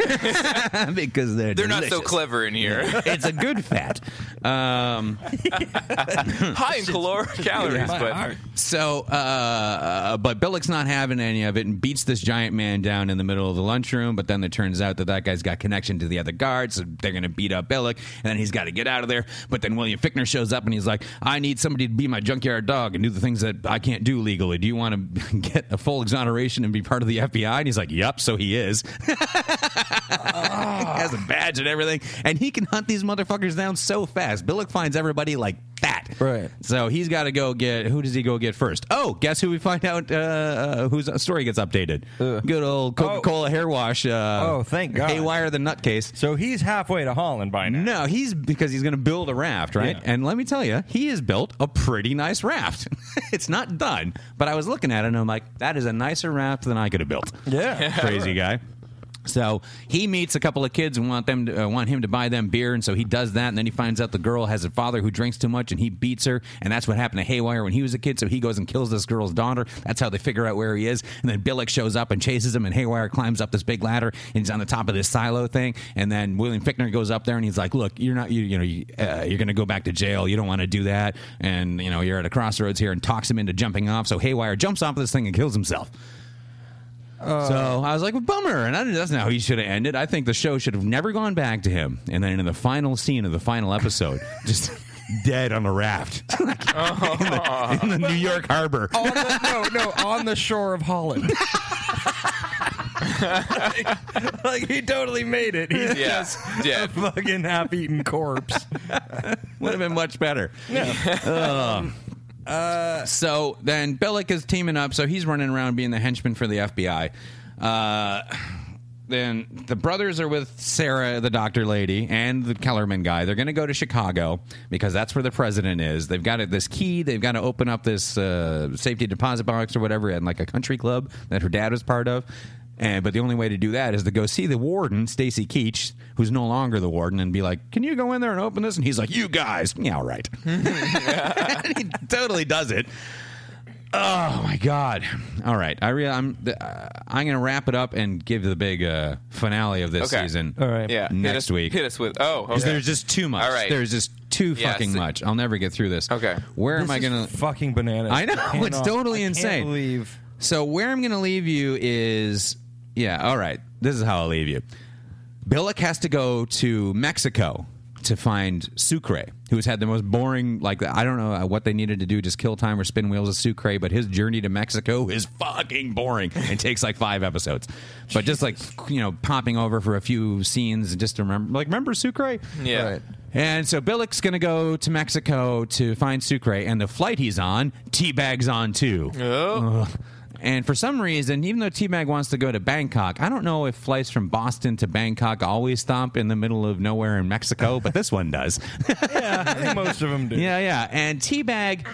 S4: because they're
S1: They're not so
S4: delicious.
S1: clever in here.
S4: it's a good fat um
S1: High in caloric calories,
S3: my
S1: but
S3: heart.
S4: So, uh, but Billick's not having any of it and beats this giant man down in the middle of the lunchroom. But then it turns out that that guy's got connection to the other guards, so they're going to beat up Billick, and then he's got to get out of there. But then William Fickner shows up and he's like, "I need somebody to be my junkyard dog and do the things that I can't do legally. Do you want to get a full exoneration and be part of the FBI?" And he's like, "Yep." So he is. has a badge and everything, and he can hunt these motherfuckers down so fast. Billick finds everybody like that.
S3: Right.
S4: So he's got to go get. Who does he go get first? Oh, guess who we find out uh, uh, whose story gets updated? Good old Coca Cola hair wash. Uh,
S3: Uh. Oh, thank God.
S4: Haywire the nutcase.
S3: So he's halfway to Holland by now.
S4: No, he's because he's going to build a raft, right?
S3: Yeah.
S4: And let me tell you, he has built a pretty nice raft. it's not done, but I was looking at it and I'm like, that is a nicer raft than I could have built.
S3: Yeah.
S4: crazy guy. So he meets a couple of kids and want them to, uh, want him to buy them beer, and so he does that. And then he finds out the girl has a father who drinks too much, and he beats her, and that's what happened to Haywire when he was a kid. So he goes and kills this girl's daughter. That's how they figure out where he is. And then Billick shows up and chases him, and Haywire climbs up this big ladder and he's on the top of this silo thing. And then William Fickner goes up there and he's like, "Look, you're not you you know you, uh, you're going to go back to jail. You don't want to do that, and you know you're at a crossroads here." And talks him into jumping off. So Haywire jumps off this thing and kills himself. So I was like, well, bummer. And I, that's not how he should have ended. I think the show should have never gone back to him. And then in the final scene of the final episode, just dead on a raft in the, in the New York harbor.
S3: On the, no, no, on the shore of Holland. like, like, he totally made it. He's
S1: yeah,
S3: just
S1: yeah.
S3: a fucking half-eaten corpse.
S4: Would have been much better. Ugh. so then Billick is teaming up. So he's running around being the henchman for the FBI. Uh, then the brothers are with Sarah, the doctor lady, and the Kellerman guy. They're going to go to Chicago because that's where the president is. They've got this key. They've got to open up this uh, safety deposit box or whatever at like a country club that her dad was part of. And but the only way to do that is to go see the warden, Stacy Keach, who's no longer the warden, and be like, "Can you go in there and open this?" And he's like, "You guys, yeah, all right." And he totally does it. Oh my god! All right, I real I'm th- uh, I'm gonna wrap it up and give the big uh, finale of this
S1: Okay.
S4: season.
S3: All right.
S1: Yeah. hit
S4: Next
S1: us,
S4: week.
S1: Hit us with oh, okay.
S4: 'Cause there's just too much.
S1: All right.
S4: There's just too
S1: Yeah,
S4: fucking
S1: so-
S4: much. I'll never get through this.
S1: Okay.
S4: Where am
S3: This
S4: I
S3: is
S4: gonna?
S3: fucking bananas?
S4: I know,
S3: cannot-
S4: it's totally
S3: I can't
S4: insane.
S3: believe
S4: So where I'm gonna leave you is yeah. All right, this is how I'll leave you. Billick has to go to Mexico to find Sucre, who's had the most boring, like, I don't know uh, what they needed to do, just kill time or spin wheels of Sucre, but his journey to Mexico is fucking boring and takes like five episodes. But just like, you know, popping over for a few scenes and just to remember, like, remember Sucre?
S1: Yeah. Right.
S4: And so Billick's going to go to Mexico to find Sucre, and the flight he's on, Teabag's on too. Ugh. And for some reason, even though Teabag wants to go to Bangkok, I don't know if flights from Boston to Bangkok always stop in the middle of nowhere in Mexico, but this one does.
S3: I think most of them do.
S4: yeah, yeah. And Teabag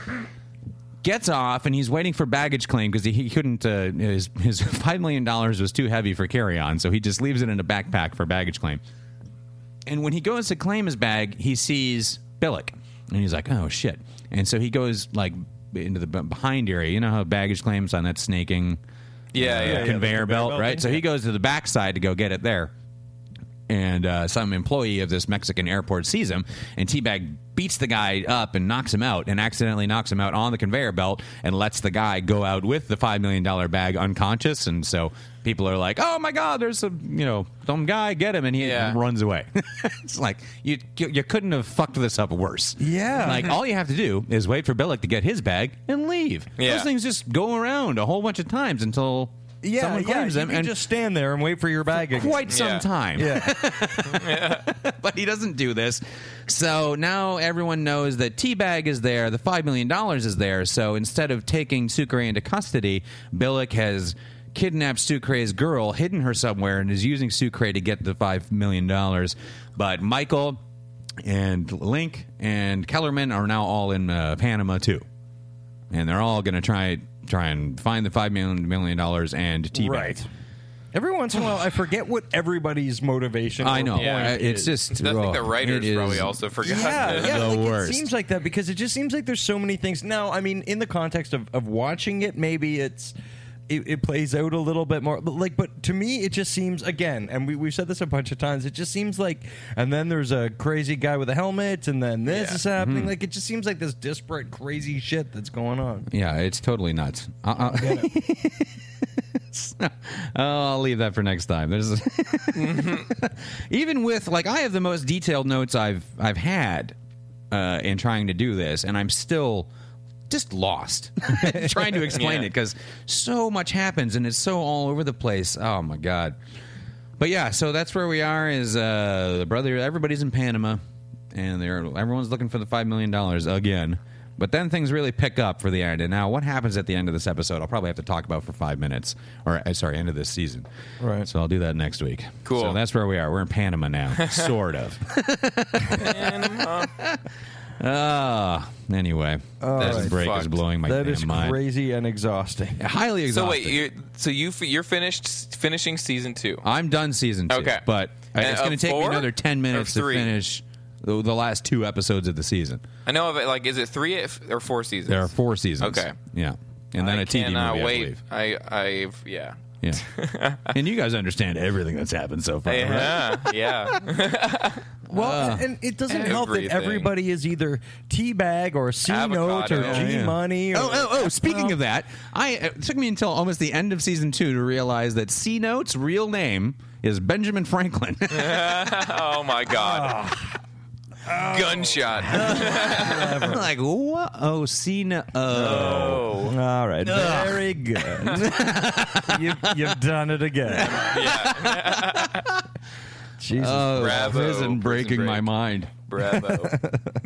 S4: gets off and he's waiting for baggage claim because he, he couldn't, uh, his, his $5 million was too heavy for carry on, so he just leaves it in a backpack for baggage claim. And when he goes to claim his bag, he sees Billick, and he's like, "Oh shit!" And so he goes like into the b- behind area. You know how baggage claims on that snaking
S1: yeah, yeah,
S4: uh, conveyor belt, right? So he goes to the backside to go get it there. and uh, some employee of this Mexican airport sees him, and Teabag beats the guy up and knocks him out, and accidentally knocks him out on the conveyor belt, and lets the guy go out with the five million dollar bag unconscious, and so people are like, "Oh my God, there's some you know some guy get him," and he
S1: Yeah.
S4: runs away. it's like you you couldn't have fucked this up worse.
S3: Yeah.
S4: like all you have to do is wait for Billick to get his bag and leave.
S1: Yeah.
S4: Those things just go around a whole bunch of times until
S3: Yeah,
S4: someone
S3: yeah,
S4: claims
S3: you
S4: them,
S3: can
S4: and
S3: just stand there and wait for your bag. again.
S4: quite some
S1: Yeah.
S4: time.
S3: Yeah.
S4: but he doesn't do this. So now everyone knows that Teabag is there, the $5 million is there. So instead of taking Sucre into custody, Billick has kidnapped Sucre's girl, hidden her somewhere, and is using Sucre to get the $5 million. But Michael and Link and Kellerman are now all in uh, Panama, too. And they're all going to try try and find the $5 million, million and Teabag.
S3: Right. Every once in a while, I forget what everybody's motivation.
S4: I
S3: or
S4: know.
S3: point
S1: Yeah.
S4: Uh, It's
S3: is.
S4: just.
S1: I
S4: oh,
S1: think the writers
S4: it is-
S1: probably also forgot.
S3: Yeah,
S1: this.
S3: yeah
S4: The
S3: like,
S4: worst.
S3: It seems like that because it just seems like there's so many things. Now, I mean, in the context of, of watching it, maybe it's it, it plays out a little bit more. But like, but to me, it just seems again, and we we've said this a bunch of times. It just seems like, and then there's a crazy guy with a helmet, and then this
S1: Yeah.
S3: is happening. Like, it just seems like this disparate, crazy shit that's going on.
S4: Yeah, it's totally nuts. Uh, uh, Oh, I'll leave that for next time. There's
S1: Mm-hmm.
S4: even with like I have the most detailed notes I've I've had uh, in trying to do this, and I'm still just lost trying to explain
S1: Yeah.
S4: it because so much happens and it's so all over the place. Oh my god! But yeah, so that's where we are. Is uh, the brother? Everybody's in Panama, and they're everyone's looking for the five million dollars again. But then things really pick up for the end. And now, what happens at the end of this episode? I'll probably have to talk about for five minutes, or uh, sorry, end of this season.
S3: Right.
S4: So I'll do that next week.
S1: Cool.
S4: So that's where we are. We're in Panama now, sort of. Ah. anyway, that
S1: right.
S4: break is
S1: Fucked.
S4: blowing my
S3: That
S4: damn
S3: is
S4: mind.
S3: crazy and exhausting.
S4: Highly
S1: So
S4: exhausted.
S1: wait, you so you f- you're finished finishing season two.
S4: I'm done season two.
S1: Okay.
S4: But uh,
S1: And
S4: it's going
S1: of
S4: to take me
S1: four
S4: another 10 minutes
S1: or
S4: to
S1: three?
S4: finish the, the last two episodes of the season.
S1: I know of it. Like, is it three if- or four seasons?
S4: There are four seasons.
S1: Okay.
S4: Yeah. And then a
S1: I
S4: TV
S1: cannot
S4: movie, I
S1: wait.
S4: believe.
S1: I, I've yeah.
S4: Yeah. and you guys understand everything that's happened so far. right?
S1: Yeah, yeah.
S3: Well, and it doesn't help that
S1: everything.
S3: everybody is either teabag or C note or
S1: Avocado.
S3: G
S4: Yeah.
S3: money.
S4: Oh, oh, oh! Speaking of that, I it took me until almost the end of season two to realize that C Note's real name is Benjamin Franklin.
S1: Oh my god.
S4: Ah.
S1: Gunshot.
S4: I'm like, what? Oh, C Note.
S1: Oh.
S3: All right. Very good. you've, you've done it again. Uh,
S1: Yeah.
S3: Jesus.
S1: Bravo,
S4: Oh, this
S1: Prison
S4: isn't breaking
S1: Break.
S4: my mind.
S1: Bravo.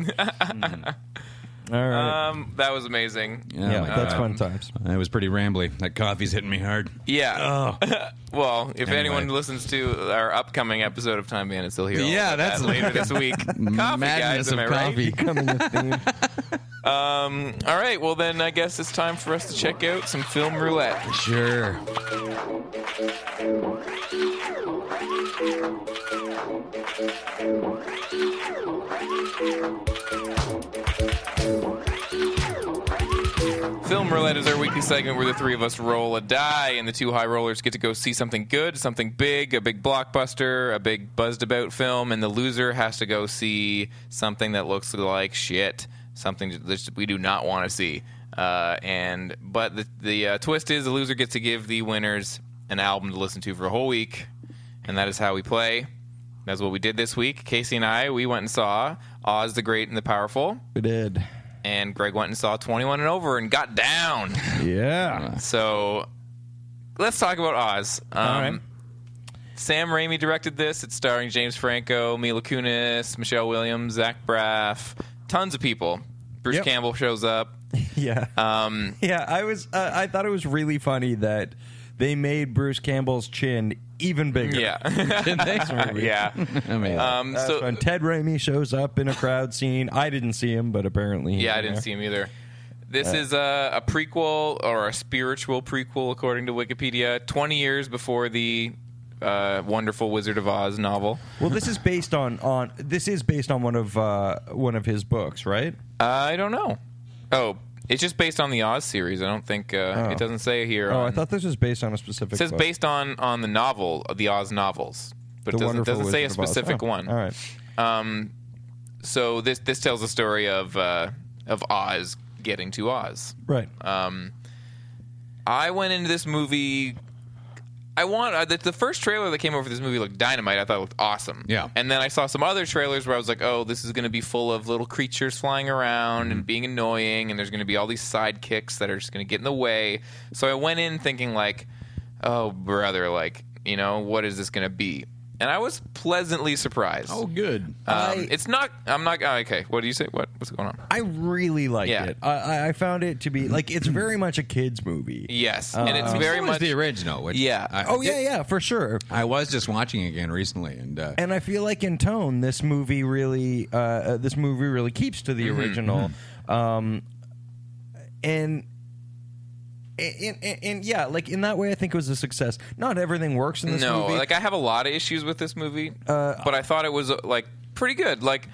S3: All right.
S1: Um, that was amazing.
S4: Oh
S3: yeah, uh,
S4: my
S3: that's
S4: God.
S3: fun times.
S4: That was pretty rambly. That coffee's hitting me hard.
S1: Yeah. well, if
S4: Anyway.
S1: anyone listens to our upcoming episode of Time Bandits, they'll hear. all
S4: Yeah,
S1: about
S4: that's-
S1: that later this week. coffee,
S4: Madness
S1: guys. Am
S4: of
S1: I right?
S4: coffee.
S3: Becoming a theme.
S1: All right. Well, then I guess it's time for us to check out some film roulette.
S4: Sure.
S1: Film Roulette is our weekly segment where the three of us roll a die, and the two high rollers get to go see something good, something big, a big blockbuster, a big buzzed about film, and the loser has to go see something that looks like shit, something that we do not want to see. Uh, and but the the uh, twist is the loser gets to give the winners an album to listen to for a whole week, and that is how we play. That's what we did this week. Casey and I we went and saw Oz the Great and the Powerful,
S3: We did.
S1: and Greg went and saw Twenty One and Over and got down.
S3: Yeah.
S1: So let's talk about Oz. Um,
S3: All right.
S1: Sam Raimi directed this. It's starring James Franco, Mila Kunis, Michelle Williams, Zach Braff, tons of people. Bruce
S3: Yep.
S1: Campbell shows up.
S3: Yeah. Um, yeah. I was. Uh, I thought it was really funny that they made Bruce Campbell's chin even bigger.
S1: Yeah. yeah.
S4: Amazing.
S1: Um,
S3: That's
S1: so,
S3: when Ted Raimi shows up in a crowd scene. I didn't see him, but apparently. he
S1: yeah, I
S3: was
S1: didn't
S3: there.
S1: see him either. This
S3: Uh.
S1: is a, a prequel or a spiritual prequel, according to Wikipedia, 20 years before the uh, Wonderful Wizard of Oz novel.
S3: Well, this is based on on this is based on one of uh, one of his books, right?
S1: Uh, I don't know. Oh, it's just based on the Oz series. I don't think uh, it doesn't say here.
S3: Oh, I
S1: on-
S3: thought this was based on a specific.
S1: it says
S3: book.
S1: based on on the novel, the Oz novels. but
S3: The
S1: it doesn't,
S3: Wonderful
S1: doesn't say a
S3: Wizard of Oz.
S1: specific
S3: Oh,
S1: one.
S3: All right.
S1: So this this tells the story of uh, of Oz getting to Oz.
S3: Right.
S1: Uh, I went into this movie. I want uh, the, the first trailer that came over this movie looked dynamite. I thought it looked awesome.
S4: Yeah.
S1: And then I saw some other trailers where I was like, "Oh, this is going to be full of little creatures flying around
S4: Mm-hmm.
S1: and being annoying, and there's going to be all these sidekicks that are just going to get in the way." So I went in thinking like, "Oh, brother, like, you know, what is this going to be?" And I was pleasantly surprised.
S4: Oh, good.
S1: Um, it's not. I'm not. oh, okay. What do you say? What? What's going on?
S3: I really liked
S1: Yeah.
S3: it. I- I, I found it to be like it's very much a kids movie.
S1: Yes.
S4: Uh,
S1: and it's very
S4: so
S1: much.
S4: is um, the original. Which
S1: Yeah.
S4: I,
S3: Oh yeah, yeah, for sure.
S4: I was just watching again recently, and, uh,
S3: And I feel like in tone, this movie really, uh, uh, this movie really keeps to
S1: Mm-hmm,
S3: the original. Um, and and, and and yeah, like in that way, I think it was a success. Not everything works in this
S1: no,
S3: movie.
S1: like I have a lot of issues with this movie, but I thought it was uh, like pretty good. Like,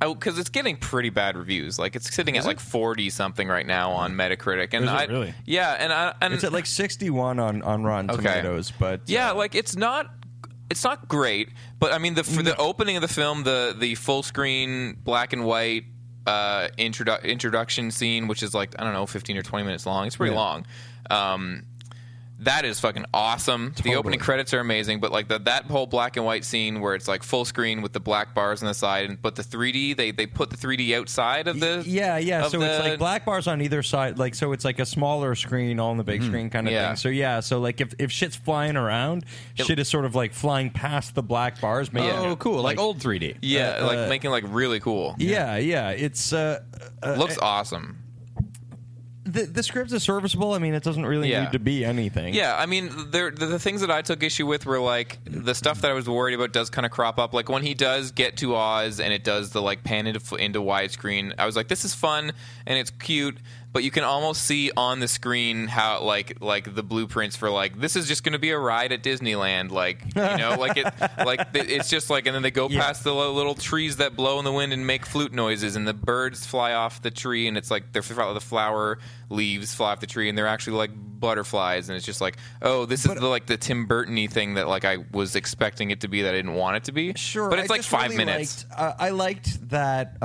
S1: because it's getting pretty bad reviews. Like, it's sitting at like forty something right now on
S3: Mm.
S1: Metacritic, and
S2: Is it
S1: I
S2: really?
S1: yeah, and I and
S3: it's at like sixty-one on on Rotten
S1: Okay.
S3: Tomatoes, but
S1: yeah, like it's not it's not great, but I mean the for the opening of the film, the the full screen black and white uh, introdu- introduction scene, which is like I don't know, fifteen or twenty minutes long. It's pretty long. Um, that is fucking awesome. The opening credits are amazing, but like the, that whole black and white scene where it's like full screen with the black bars on the side, and but the 3D they they put the 3D outside of the
S3: yeah, yeah.
S1: of
S3: So it's
S1: the-
S3: like black bars on either side, like so it's like a smaller screen all on the big screen kind of
S1: Mm-hmm. Yeah.
S3: thing. So yeah, so like if, if shit's flying around, shit is sort of like flying past the black bars. Maybe.
S4: oh, cool, like, old 3D.
S1: yeah,
S3: uh,
S1: like making like really cool.
S3: Yeah, yeah. It's uh,
S1: looks awesome.
S3: the the script is serviceable. I mean, it doesn't really
S1: Yeah.
S3: need to be anything.
S1: Yeah, I mean, there, the, the things that I took issue with were like the stuff that I was worried about does kind of crop up. Like when he does get to Oz and it does the like pan into into widescreen, I was like, this is fun and it's cute, but you can almost see on the screen how like like the blueprints for like this is just going to be a ride at Disneyland, like you know, like it like th- it's just like, and then they go past the li- little trees that blow in the wind and make flute noises, and the birds fly off the tree, and it's like they're the flower leaves fly off the tree, and they're actually like butterflies, and it's just like, oh, this is the, like the Tim Burton-y thing that like I was expecting it to be that I didn't want it to be.
S3: sure.
S1: but it's
S3: I
S1: like
S3: just
S1: five
S3: really
S1: minutes.
S3: Liked, uh, I liked that. uh,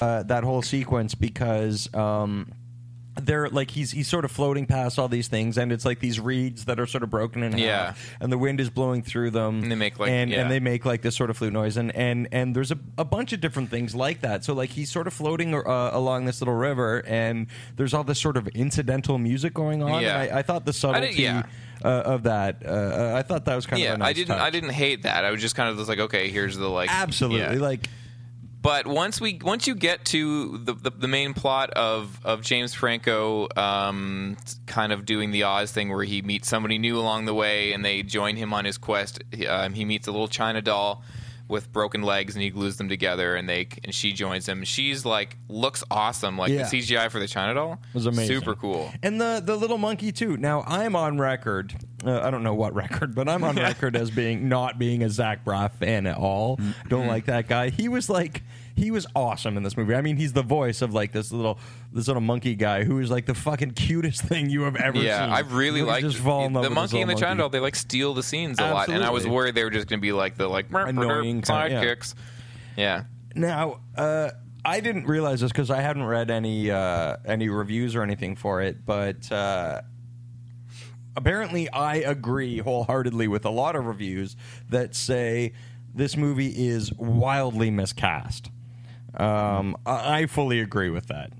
S3: uh, that whole sequence because um, they're like he's he's sort of floating past all these things, and it's like these reeds that are sort of broken in half,
S1: Yeah.
S3: and the wind is blowing through them, and
S1: they make, like-
S3: and,
S1: yeah.
S3: they make like this sort of flute noise, and and and there's a, a bunch of different things like that. So like he's sort of floating uh, along this little river, and there's all this sort of incidental music going on.
S1: Yeah.
S3: and I, I thought the subtlety.
S1: yeah.
S3: Uh, of that, uh, uh, I thought that was kind
S1: yeah,
S3: of a nice
S1: I didn't.
S3: touch.
S1: I didn't hate that. I was just kind of just like, okay, here's the like
S3: absolutely
S1: yeah.
S3: like
S1: But once we once you get to the the, the main plot of of James Franco um, kind of doing the Oz thing where he meets somebody new along the way and they join him on his quest. He, Um, he meets a little China doll with broken legs and he glues them together and they and she joins him. She's like looks awesome. Like
S3: Yeah.
S1: the CGI for the China doll
S3: was amazing.
S1: Super cool.
S3: And the the little monkey too. Now I'm on record. Uh, I don't know what record, but I'm on record as being not being a Zach Braff fan at all.
S4: Mm-hmm.
S3: Don't like that guy. He was like he was awesome in this movie. I mean, he's the voice of like this little this little monkey guy who is like the fucking cutest thing you have ever
S1: Yeah,
S3: seen.
S1: I really
S3: You
S1: liked
S3: just fall in love
S1: the
S3: with this
S1: monkey and the
S3: little
S1: China doll.
S3: monkey.
S1: They like steal the scenes a lot, and I was
S3: Absolutely.
S1: worried they were just going to be like the like
S3: Annoying sound, yeah.
S1: sidekicks. Yeah.
S3: Now, uh, I didn't realize this because I hadn't read any uh, any reviews or anything for it, but uh, apparently I agree wholeheartedly with a lot of reviews that say this movie is wildly miscast. Um, I I fully agree with that.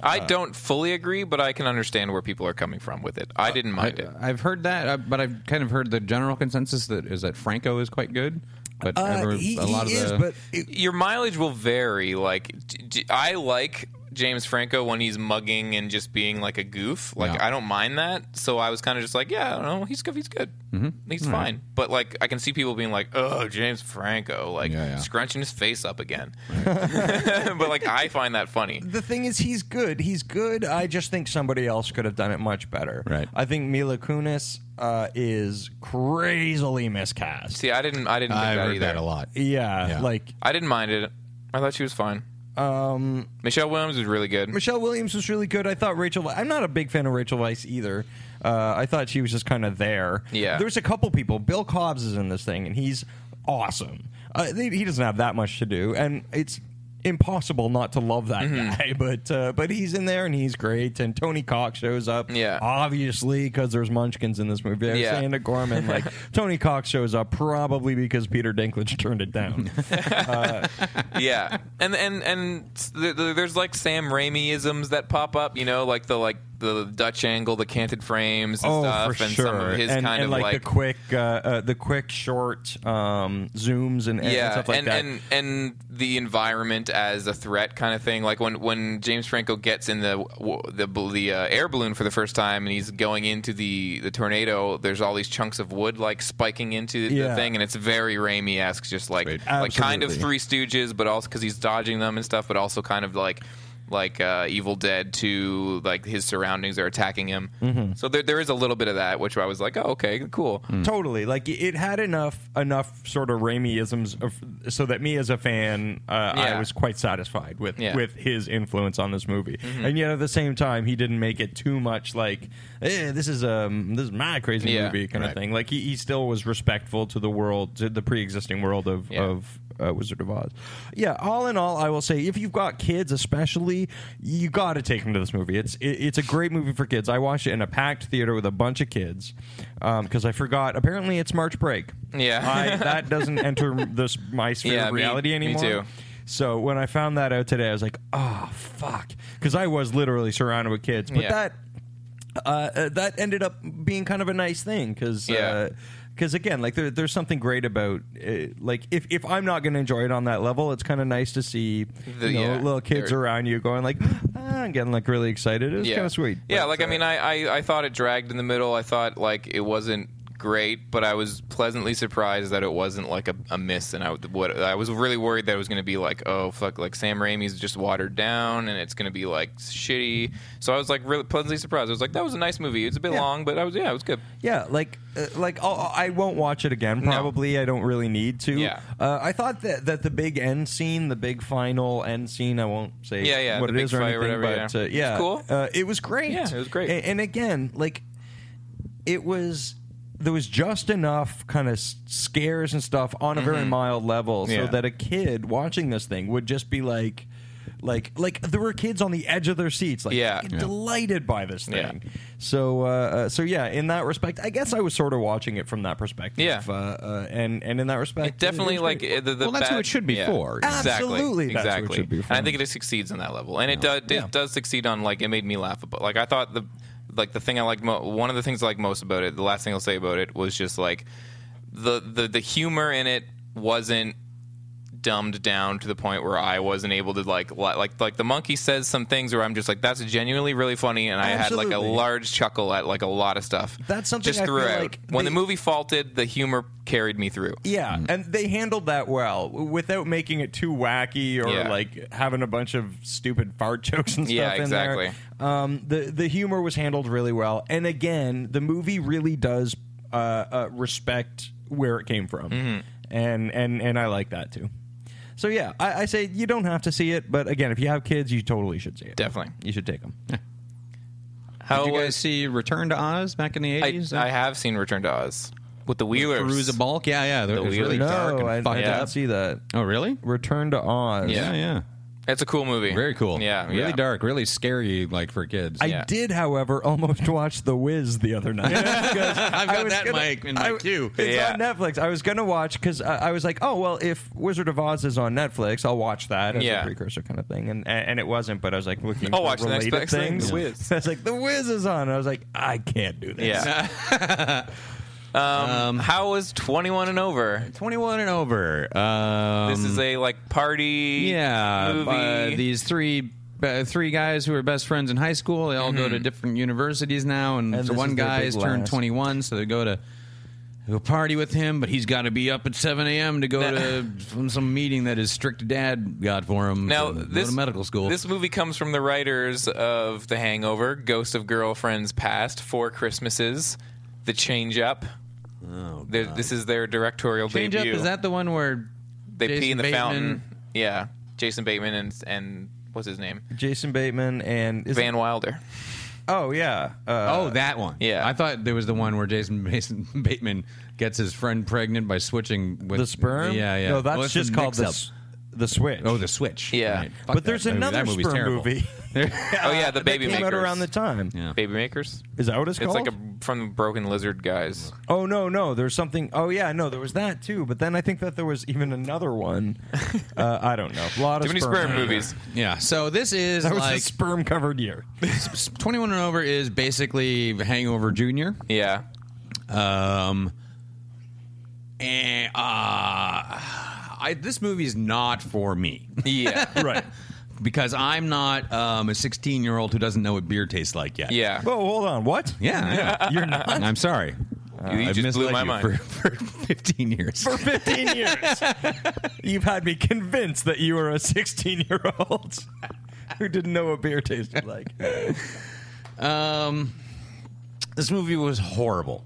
S1: I
S4: Uh,
S1: don't fully agree, but I can understand where people are coming from with it.
S4: Uh,
S1: I didn't mind it.
S4: I've heard that, uh, but I've kind of heard the general consensus that is that Franco is quite good,
S1: Uh,
S4: but ever-
S3: he,
S4: a lot
S3: he
S4: of
S3: is,
S4: the
S3: but it-
S1: Your mileage will vary. Like d- d- I like James Franco when he's mugging and just being like a goof. Like
S4: Yeah.
S1: I don't mind that. So I was kind of just like, yeah, I don't know. He's good. He's good.
S4: Mm-hmm.
S1: He's fine. But like I can see people being like, oh, James Franco, like
S4: Yeah, yeah.
S1: scrunching his face up again. but like I find that funny.
S3: the thing is, he's good. He's good. I just think somebody else could have done it much better.
S4: Right.
S3: I think Mila Kunis uh, is crazily miscast.
S1: See, I didn't. I didn't. Think
S4: I've
S1: that
S4: heard
S1: either.
S4: that a lot.
S3: Yeah, like
S1: I didn't mind it. I thought she was fine. Um, Michelle Williams was really good.
S3: Michelle Williams was really good. I thought Rachel. I'm not a big fan of Rachel Weisz either. Uh, I thought she was just kind of there.
S1: Yeah.
S3: There's a couple people. Bill Cobbs is in this thing, and he's awesome. Uh, they, he doesn't have that much to do, and it's impossible not to love that
S1: Mm-hmm.
S3: guy. But uh, but he's in there, and he's great. And Tony Cox shows up.
S1: Yeah.
S3: Obviously, because there's Munchkins in this movie. I was
S1: Yeah.
S3: saying to Gorman, like Tony Cox shows up probably because Peter Dinklage turned it down.
S1: yeah, and and and th- th- there's like Sam Raimi isms that pop up. You know, like the like the Dutch angle, the canted frames, and stuff, and some of his
S3: Oh, and,
S1: kind
S3: and
S1: of
S3: like,
S1: like.
S3: the quick, uh, uh, the quick short um, zooms and, and
S1: yeah,
S3: stuff like
S1: and,
S3: that.
S1: and and the environment as a threat kind of thing. Like when, when James Franco gets in the w- the bal- the uh, air balloon for the first time, and he's going into the, the tornado. There's all these chunks of wood like spiking into the
S3: Yeah.
S1: thing, and it's very Raimi esque, just like
S4: Right.
S1: like kind of
S3: Absolutely.
S1: Three Stooges, but also because he's dodging them and stuff, but also kind of like like uh, Evil Dead 2, like his surroundings are attacking him.
S3: Mm-hmm.
S1: So there there is a little bit of that, which I was like, oh okay, cool.
S3: totally, like it had enough enough sort of Raimiisms, of, so that me as a fan, uh,
S1: Yeah.
S3: I was quite satisfied with
S1: Yeah. Mm-hmm.
S3: with his influence on this movie. And yet at the same time, he didn't make it too much like eh, this is um this is my crazy
S1: Yeah.
S3: movie kind
S4: Right.
S3: of thing. Like he, he still was respectful to the world, to the pre existing world of
S1: Yeah.
S3: of uh, Wizard of Oz. Yeah, all in all, I will say if you've got kids, especially, you got to take them to this movie. It's it, it's a great movie for kids. I watched it in a packed theater with a bunch of kids because I forgot. Apparently, it's March break.
S1: Yeah.
S3: I, that doesn't enter this my sphere
S1: Yeah,
S3: of
S1: me-
S3: reality
S1: me
S3: anymore.
S1: too.
S3: So when I found that out today, I was like, "Oh fuck," because I was literally surrounded with kids. But
S1: Yeah.
S3: that uh, uh, that ended up being kind of a nice thing because
S1: Yeah.
S3: again, like there, there's something great about uh, like if, if I'm not going to enjoy it on that level, it's kind of nice to see
S1: The-
S3: you know,
S1: yeah.
S3: little kids
S1: They're-
S3: around you going like ah, and getting like really excited. It was kind of sweet.
S1: Yeah,
S3: But, uh,
S1: like I mean, I, I I thought it dragged in the middle. I thought like it wasn't great, but I was pleasantly surprised that it wasn't like a, a miss. And I would- what I was really worried that it was going to be like oh fuck, like Sam Raimi's just watered down and it's going to be like shitty. So I was like really pleasantly surprised. I was like that was a nice movie. It's a bit long, but I was yeah, it was good.
S3: Yeah, like uh, like I'll, I won't watch it again. Probably I don't really need to.
S1: Yeah.
S3: Uh, I thought that that the big end scene, the big final end scene. I won't say
S1: Yeah, yeah,
S3: what
S1: the
S3: it
S1: big
S3: is or
S1: fight or
S3: anything,
S1: whatever,
S3: but
S1: yeah.
S3: uh,
S1: It's
S3: yeah,
S1: cool.
S3: Uh, it was great.
S1: Yeah, it was great.
S3: A- And, again, like it was. There was just enough kind of scares and stuff on a very mild level, so
S1: Mm-hmm. Yeah.
S3: that a kid watching this thing would just be like, like, like there were kids on the edge of their seats, like
S1: Yeah. Yeah.
S3: delighted by this
S1: Yeah.
S3: thing. So, uh, uh, so yeah, in that respect, I guess I was sort of watching it from that perspective.
S1: Yeah.
S3: uh, uh, and and in that respect, it
S1: Definitely
S3: was
S1: like
S3: great.
S1: uh, the, the
S4: Well, that's
S1: bad,
S4: who it should be
S1: yeah.
S4: for.
S1: Exactly,
S3: Absolutely, that's who it
S1: exactly.
S3: should be
S1: And
S3: for.
S1: I think it succeeds on that level, and it does it
S3: Yeah.
S1: does succeed on like it made me laugh. About like I thought the like the thing I liked mo- one of the things I liked most about it. The last thing I'll say about it was just like the the the humor in it wasn't dumbed down to the point where I wasn't able to like li- like like the monkey says some things where I'm just like that's genuinely really funny and I had like a
S3: Absolutely.
S1: large chuckle at like a lot of stuff.
S3: That's something
S1: just
S3: I feel
S1: throughout.
S3: like
S1: when the
S3: they-
S1: movie faltered, the humor carried me through.
S3: Yeah, and they handled that well w- without making it too wacky or
S1: Yeah.
S3: like having a bunch of stupid fart jokes and stuff.
S1: Yeah,
S3: in
S1: exactly.
S3: There. Um, the the humor was handled really well, and again, the movie really does uh, uh, respect where it came from,
S1: Mm-hmm.
S3: and and and I like that too. So yeah, I, I say you don't have to see it, but again, if you have kids, you totally should see it.
S1: Definitely.
S3: you should take them.
S1: How
S4: Did you
S1: was-
S4: guys see Return to Oz back in the
S1: I,
S4: eighties?
S1: I have seen Return to Oz with the Wheelers.
S4: Cruise a bulk. Yeah, yeah. It was
S1: Wheelers.
S4: really dark
S3: no,
S4: and
S3: I,
S4: fucked
S3: I didn't
S4: up.
S3: see that.
S4: Oh, really?
S3: Return to Oz.
S1: Yeah.
S4: yeah.
S1: It's a cool movie.
S4: Very cool.
S1: Yeah,
S4: Really
S1: yeah.
S4: dark, really scary, like for kids.
S3: I
S1: Yeah.
S3: did, however, almost watch The Wiz the other night. I've
S4: got that in my- in my queue.
S3: It's
S1: Yeah.
S3: on Netflix. I was going to watch because I, I was like, oh well, if Wizard of Oz is on Netflix, I'll watch that as
S1: Yeah.
S3: a precursor kind of thing. And and it wasn't, but I was like looking.
S1: I'll
S3: for
S1: watch the next
S3: related
S1: best thing,
S3: things.
S1: The Wiz.
S3: I was like, The Wiz is on. And I was like, I can't do this.
S1: Yeah. um, how was 21 and over?
S4: 21 and over. Um,
S1: This is a like party
S4: yeah.
S1: movie.
S4: uh, these three uh, three guys who were best friends in high school. They all go to different universities now, and,
S3: And
S4: so
S3: this
S4: one
S3: is their
S4: guy
S3: big
S4: has turned
S3: last.
S4: 21, so they go to go party with him, but he's got to be up at 7 a.m. to go to from some meeting that his strict dad got for him.
S1: now
S4: to go
S1: this
S4: to medical school.
S1: This movie comes from the writers of The Hangover, Ghost of Girlfriends Past, Four Christmases, The Change Up. Their- this is their directorial
S4: Oh, change up
S1: debut.
S4: is that the one where
S1: they pee
S4: Jason
S1: in the
S4: Bateman-
S1: fountain? Yeah, Jason Bateman and and what's his name?
S3: Jason Bateman and is
S1: Van Wilder.
S3: Oh yeah. Uh,
S4: Oh, that one.
S1: yeah.
S4: I thought there was the one where Jason Mason Bateman gets his friend pregnant by switching with
S3: the sperm.
S4: Yeah, yeah.
S3: No, that's
S4: Well, it's
S3: just
S4: the
S3: called the
S4: mix-up.
S3: s- the switch.
S4: Oh, the switch.
S1: Yeah.
S4: Right. Fuck
S3: But there's
S4: that movie.
S3: another
S4: That movie's
S3: sperm
S4: terrible.
S3: movie.
S1: Oh yeah, the baby
S3: came
S1: makers.
S3: out around the time.
S4: Yeah.
S1: baby makers.
S3: Is that what it's,
S1: It's
S3: called?
S1: like a from the Broken Lizard guys.
S3: Oh no, no, there's something. Oh yeah, no, there was that too. But then I think that there was even another one. Uh, I don't know. A lot
S1: Too
S3: of
S1: many
S3: sperm,
S1: sperm movies.
S4: Yeah. So this is
S3: That was a
S4: like
S3: sperm covered year.
S4: 21 and over is basically Hangover Junior.
S1: Yeah.
S4: Um, and uh, I this movie is not for me
S1: Yeah.
S3: right.
S4: because I'm not um, a 16 year old who doesn't know what beer tastes like yet.
S1: Yeah.
S3: Whoa, hold on. What?
S4: Yeah, I know.
S3: You're not
S4: I'm sorry.
S1: Uh, you
S4: I
S1: just blew
S4: misled
S1: my
S4: you
S1: mind.
S4: For, for 15 years.
S3: for 15 years. You've had me convinced that you were a 16 year old who didn't know what beer tasted like.
S4: Um, this movie was horrible.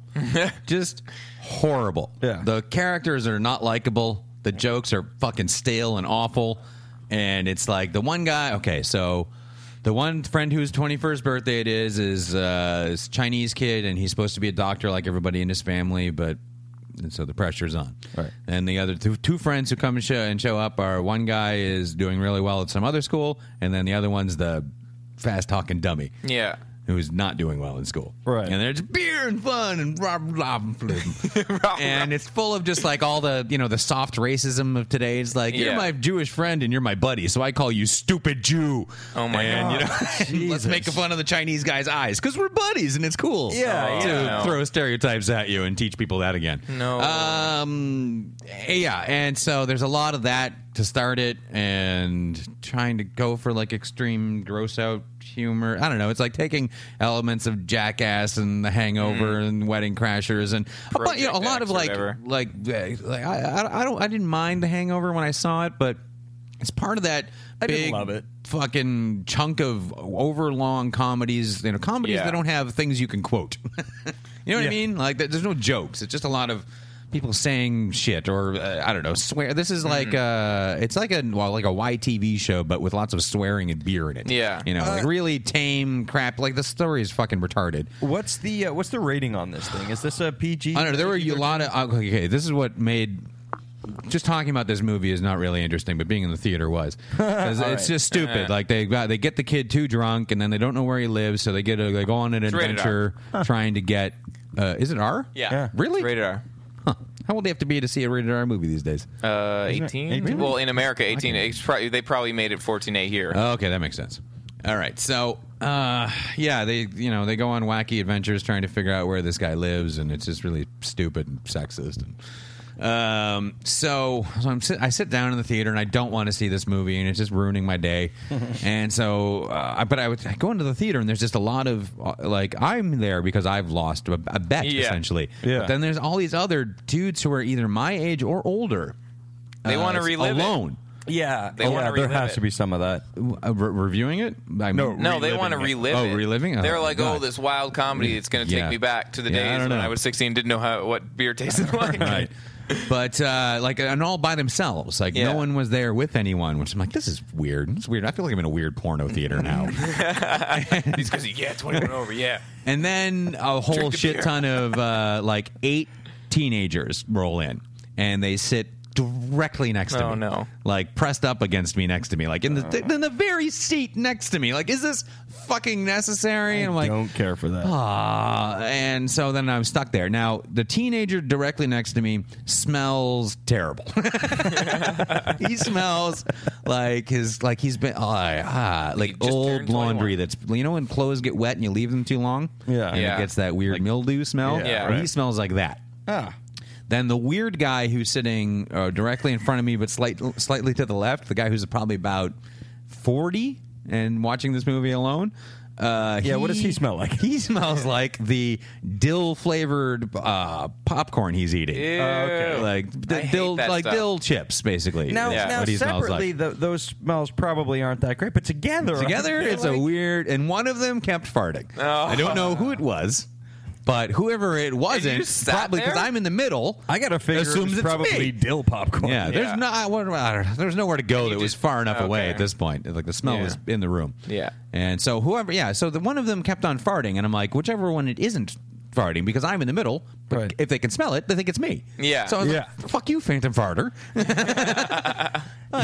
S4: Just horrible.
S3: Yeah.
S4: The characters are not likable. The jokes are fucking stale and awful. And it's like the one guy. Okay, so the one friend whose twenty first birthday it is is uh, this Chinese kid, and he's supposed to be a doctor like everybody in his family, but. And so the pressure's on.
S3: Right.
S4: And the other two, two friends who come and show, and show up are one guy is doing really well at some other school, and then the other one's the fast talking dummy
S1: Yeah.
S4: who's not doing well in school.
S3: Right.
S4: And there's beer and fun and blah, blah, blah, blah. and it's full of just like all the, you know, the soft racism of today. It's like, you're
S1: Yeah.
S4: my Jewish friend and you're my buddy, so I call you stupid Jew.
S1: Oh my
S4: and,
S1: God.
S4: You know, let's make fun of the Chinese guy's eyes because we're buddies and it's cool.
S1: Oh,
S3: Yeah,
S4: To
S1: yeah.
S4: throw stereotypes at you and teach people that again.
S1: No.
S4: Um, yeah, and so there's a lot of that to start it, and trying to go for like extreme gross out humor. I don't know. It's like taking elements of Jackass and The Hangover
S1: Mm.
S4: and Wedding Crashers and a, bu- you know, a
S1: Project X
S4: lot of
S1: or
S4: like
S1: whatever.
S4: like eh, like I, I I don't I didn't mind The Hangover when I saw it, but it's part of that.
S3: I didn't
S4: big
S3: love it.
S4: Fucking chunk of overlong comedies, you know, comedies
S1: Yeah.
S4: that don't have things you can quote. you know what I
S3: Yeah.
S4: mean? Like, there- there's no jokes. It's just a lot of people saying shit or uh, I don't know, swear. This is like uh it's like a well, like a YTV show, but with lots of swearing and beer in it.
S1: Yeah.
S4: you know, like really tame crap. Like the story is fucking retarded.
S3: What's the uh, what's the rating on this thing? Is this a PG?
S4: I don't know. There were a lot of oh, okay. This is what made just talking about this movie is not really interesting, but being in the theater was. 'Cause it's just stupid. like they got they get the kid too drunk, and then they don't know where he lives, so they get a, they go on an
S1: rated
S4: adventure trying to get. Uh, is it R?
S1: Yeah.
S4: Really?
S1: It's rated R.
S4: Huh. How old do you have to be to see a rated R movie these days?
S1: Uh, 18? Well, in America, 18. It's probably, they probably made it 14A here.
S4: Oh, okay, that makes sense. All right, so uh, yeah, they you know they go on wacky adventures trying to figure out where this guy lives, and it's just really stupid and sexist. And um, so, so I'm sit, I sit down in the theater and I don't want to see this movie, and it's just ruining my day. and so, uh, I- but I would I go into the theater and there's just a lot of uh, like I'm there because I've lost a, a bet
S1: Yeah.
S4: essentially.
S3: Yeah.
S4: But then there's all these other dudes who are either my age or older.
S1: They wanna
S4: it's
S1: relive it.
S4: alone.
S3: Yeah,
S1: They wanna
S3: yeah, there
S1: relive
S3: has
S1: it.
S3: to be some of that.
S4: Uh, re- reviewing it? I
S3: No,
S1: No, they want to relive
S4: Oh,
S1: it.
S4: reliving? Oh,
S1: They're like,
S4: God.
S1: oh, this wild comedy. It's going to take
S4: Yeah.
S1: me back to the
S4: Yeah, I
S1: days
S4: don't
S1: when
S4: know.
S1: I was 16, didn't know how what beer tasted like.
S4: right. But uh, like, and all by themselves. Like,
S1: Yeah.
S4: no one was there with anyone. Which I'm like, this is weird. It's weird. I feel like I'm in a weird porno theater now.
S1: These guys, yeah, 21 over, yeah.
S4: and then a whole
S1: the
S4: shit
S1: beer.
S4: ton of uh, like eight teenagers roll in, and they sit directly next to
S1: Oh,
S4: me.
S1: no. Oh.
S4: Like pressed up against me next to me. Like in the in the very seat next to me. Like, is this fucking necessary? And I'm like,
S3: don't care for that.
S4: Ah, and so then I'm stuck there. Now the teenager directly next to me smells terrible. he smells like his like he's been ah, ah, like
S1: just
S4: old
S1: turned
S4: laundry. That's you know when clothes get wet and you leave them too long.
S3: Yeah.
S4: and
S1: Yeah.
S4: it gets that weird mildew smell.
S3: Yeah,
S1: Yeah.
S4: Well, he
S3: right.
S4: smells like that.
S3: Ah.
S4: Then the weird guy who's sitting uh, directly in front of me, but slight, slightly to the left, the guy who's probably about forty and watching this movie alone. Uh,
S3: Yeah, what does he smell like?
S4: He smells like the dill flavored uh, popcorn he's eating. Uh,
S1: okay.
S4: Like the
S1: I hate
S4: dill,
S1: that
S4: like
S1: stuff.
S4: dill chips, basically.
S3: Now,
S1: Yeah.
S3: now
S4: What he smells
S3: separately,
S4: like.
S3: tho- those smells probably aren't that great, but together,
S4: together,
S3: aren't they
S4: it's a
S3: like-
S4: weird. And one of them kept farting.
S1: Oh.
S4: I don't know who it was, but whoever it wasn't,
S1: sat
S4: probably because
S1: there?
S4: I'm in the middle.
S3: I gotta figure
S4: assumes
S3: it's
S4: it's
S3: probably
S4: me.
S3: dill popcorn.
S4: Yeah,
S1: Yeah.
S4: there's no, I, wonder- I don't know. there's nowhere to go that was
S1: just-
S4: far enough away
S1: okay.
S4: at this point. Like the smell
S1: Yeah.
S4: was in the room.
S1: Yeah.
S4: and so whoever, yeah, so the one of them kept on farting, and I'm like, whichever one it isn't farting, because I'm in the middle. But
S3: Right.
S4: if they can smell it, they think it's me.
S1: Yeah.
S4: So I was like,
S3: Yeah.
S4: fuck you, phantom farter.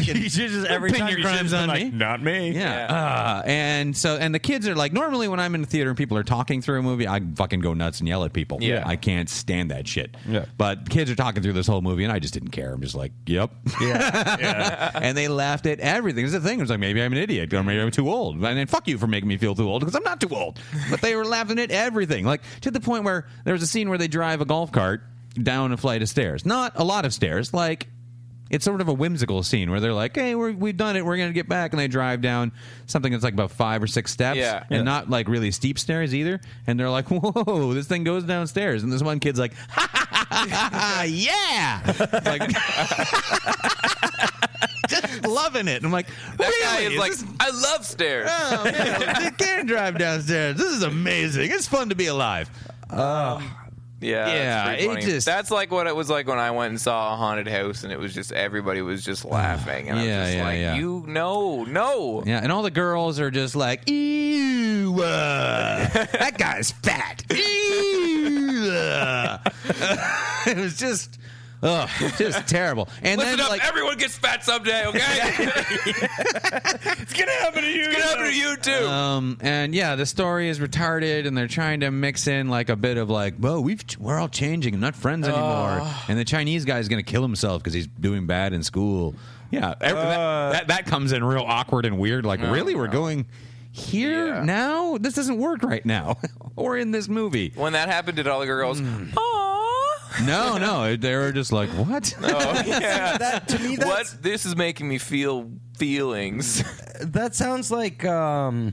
S3: You should just every
S4: Pin
S3: time
S4: your
S3: you should
S4: crimes
S3: just be
S4: on
S3: like,
S4: me.
S3: Not me.
S4: Yeah. Uh, and so, and the kids are like, normally when I'm in the theater and people are talking through a movie, I fucking go nuts and yell at people.
S1: Yeah.
S4: I can't stand that shit.
S3: Yeah.
S4: But kids are talking through this whole movie and I just didn't care. I'm just like, yep. Yeah. and they laughed at everything. It's the thing. It was like, maybe I'm an idiot or maybe I'm too old. And then fuck you for making me feel too old because I'm not too old. But they were laughing at everything. Like to the point where there was a scene where they drive a golf cart down a flight of stairs. Not a lot of stairs. Like, it's sort of a whimsical scene where they're like, "Hey, we're, we've done it. We're going to get back," and they drive down something that's like about five or six steps,
S1: Yeah.
S4: and not like really steep stairs either. And they're like, "Whoa, this thing goes downstairs!" And this one kid's like, "Ha ha ha ha, ha yeah!" like, just loving it. I'm like,
S1: That
S4: really?
S1: guy is like,
S4: this-
S1: I love stairs.
S4: oh, man, they can drive downstairs. This is amazing. It's fun to be alive.
S1: Yeah,
S4: Yeah,
S1: that's pretty
S4: it
S1: funny.
S4: just-
S1: that's like what it was like when I went and saw a haunted house, and it was just everybody was just laughing, and I
S4: Yeah,
S1: was just
S4: yeah,
S1: like,
S4: yeah.
S1: "You no, no,
S4: Yeah, and all the girls are just like, ew, uh, that guy's fat. Ew. uh." it was just, ugh, just terrible. And
S1: listen
S4: then
S1: up,
S4: like,
S1: everyone gets fat someday, okay?
S3: It's gonna happen to you.
S1: it's gonna happen to you Uh, too."
S4: um, and yeah, the story is retarded, and they're trying to mix in like a bit of like, whoa, we've we're all changing, and not friends anymore. And the Chinese guy is gonna kill himself because he's doing bad in school. Yeah, ev-
S3: Uh.
S4: that, that that comes in real awkward and weird. Like, really, we're going here
S1: Yeah.
S4: now? This doesn't work right now, or in this movie.
S1: when that happened, did all the girls?
S4: Hmm.
S1: Aww.
S4: No, no, they were just like, what?
S1: Oh, yeah.
S3: to me, that's,
S1: what this is making me feel feelings.
S3: that sounds like um,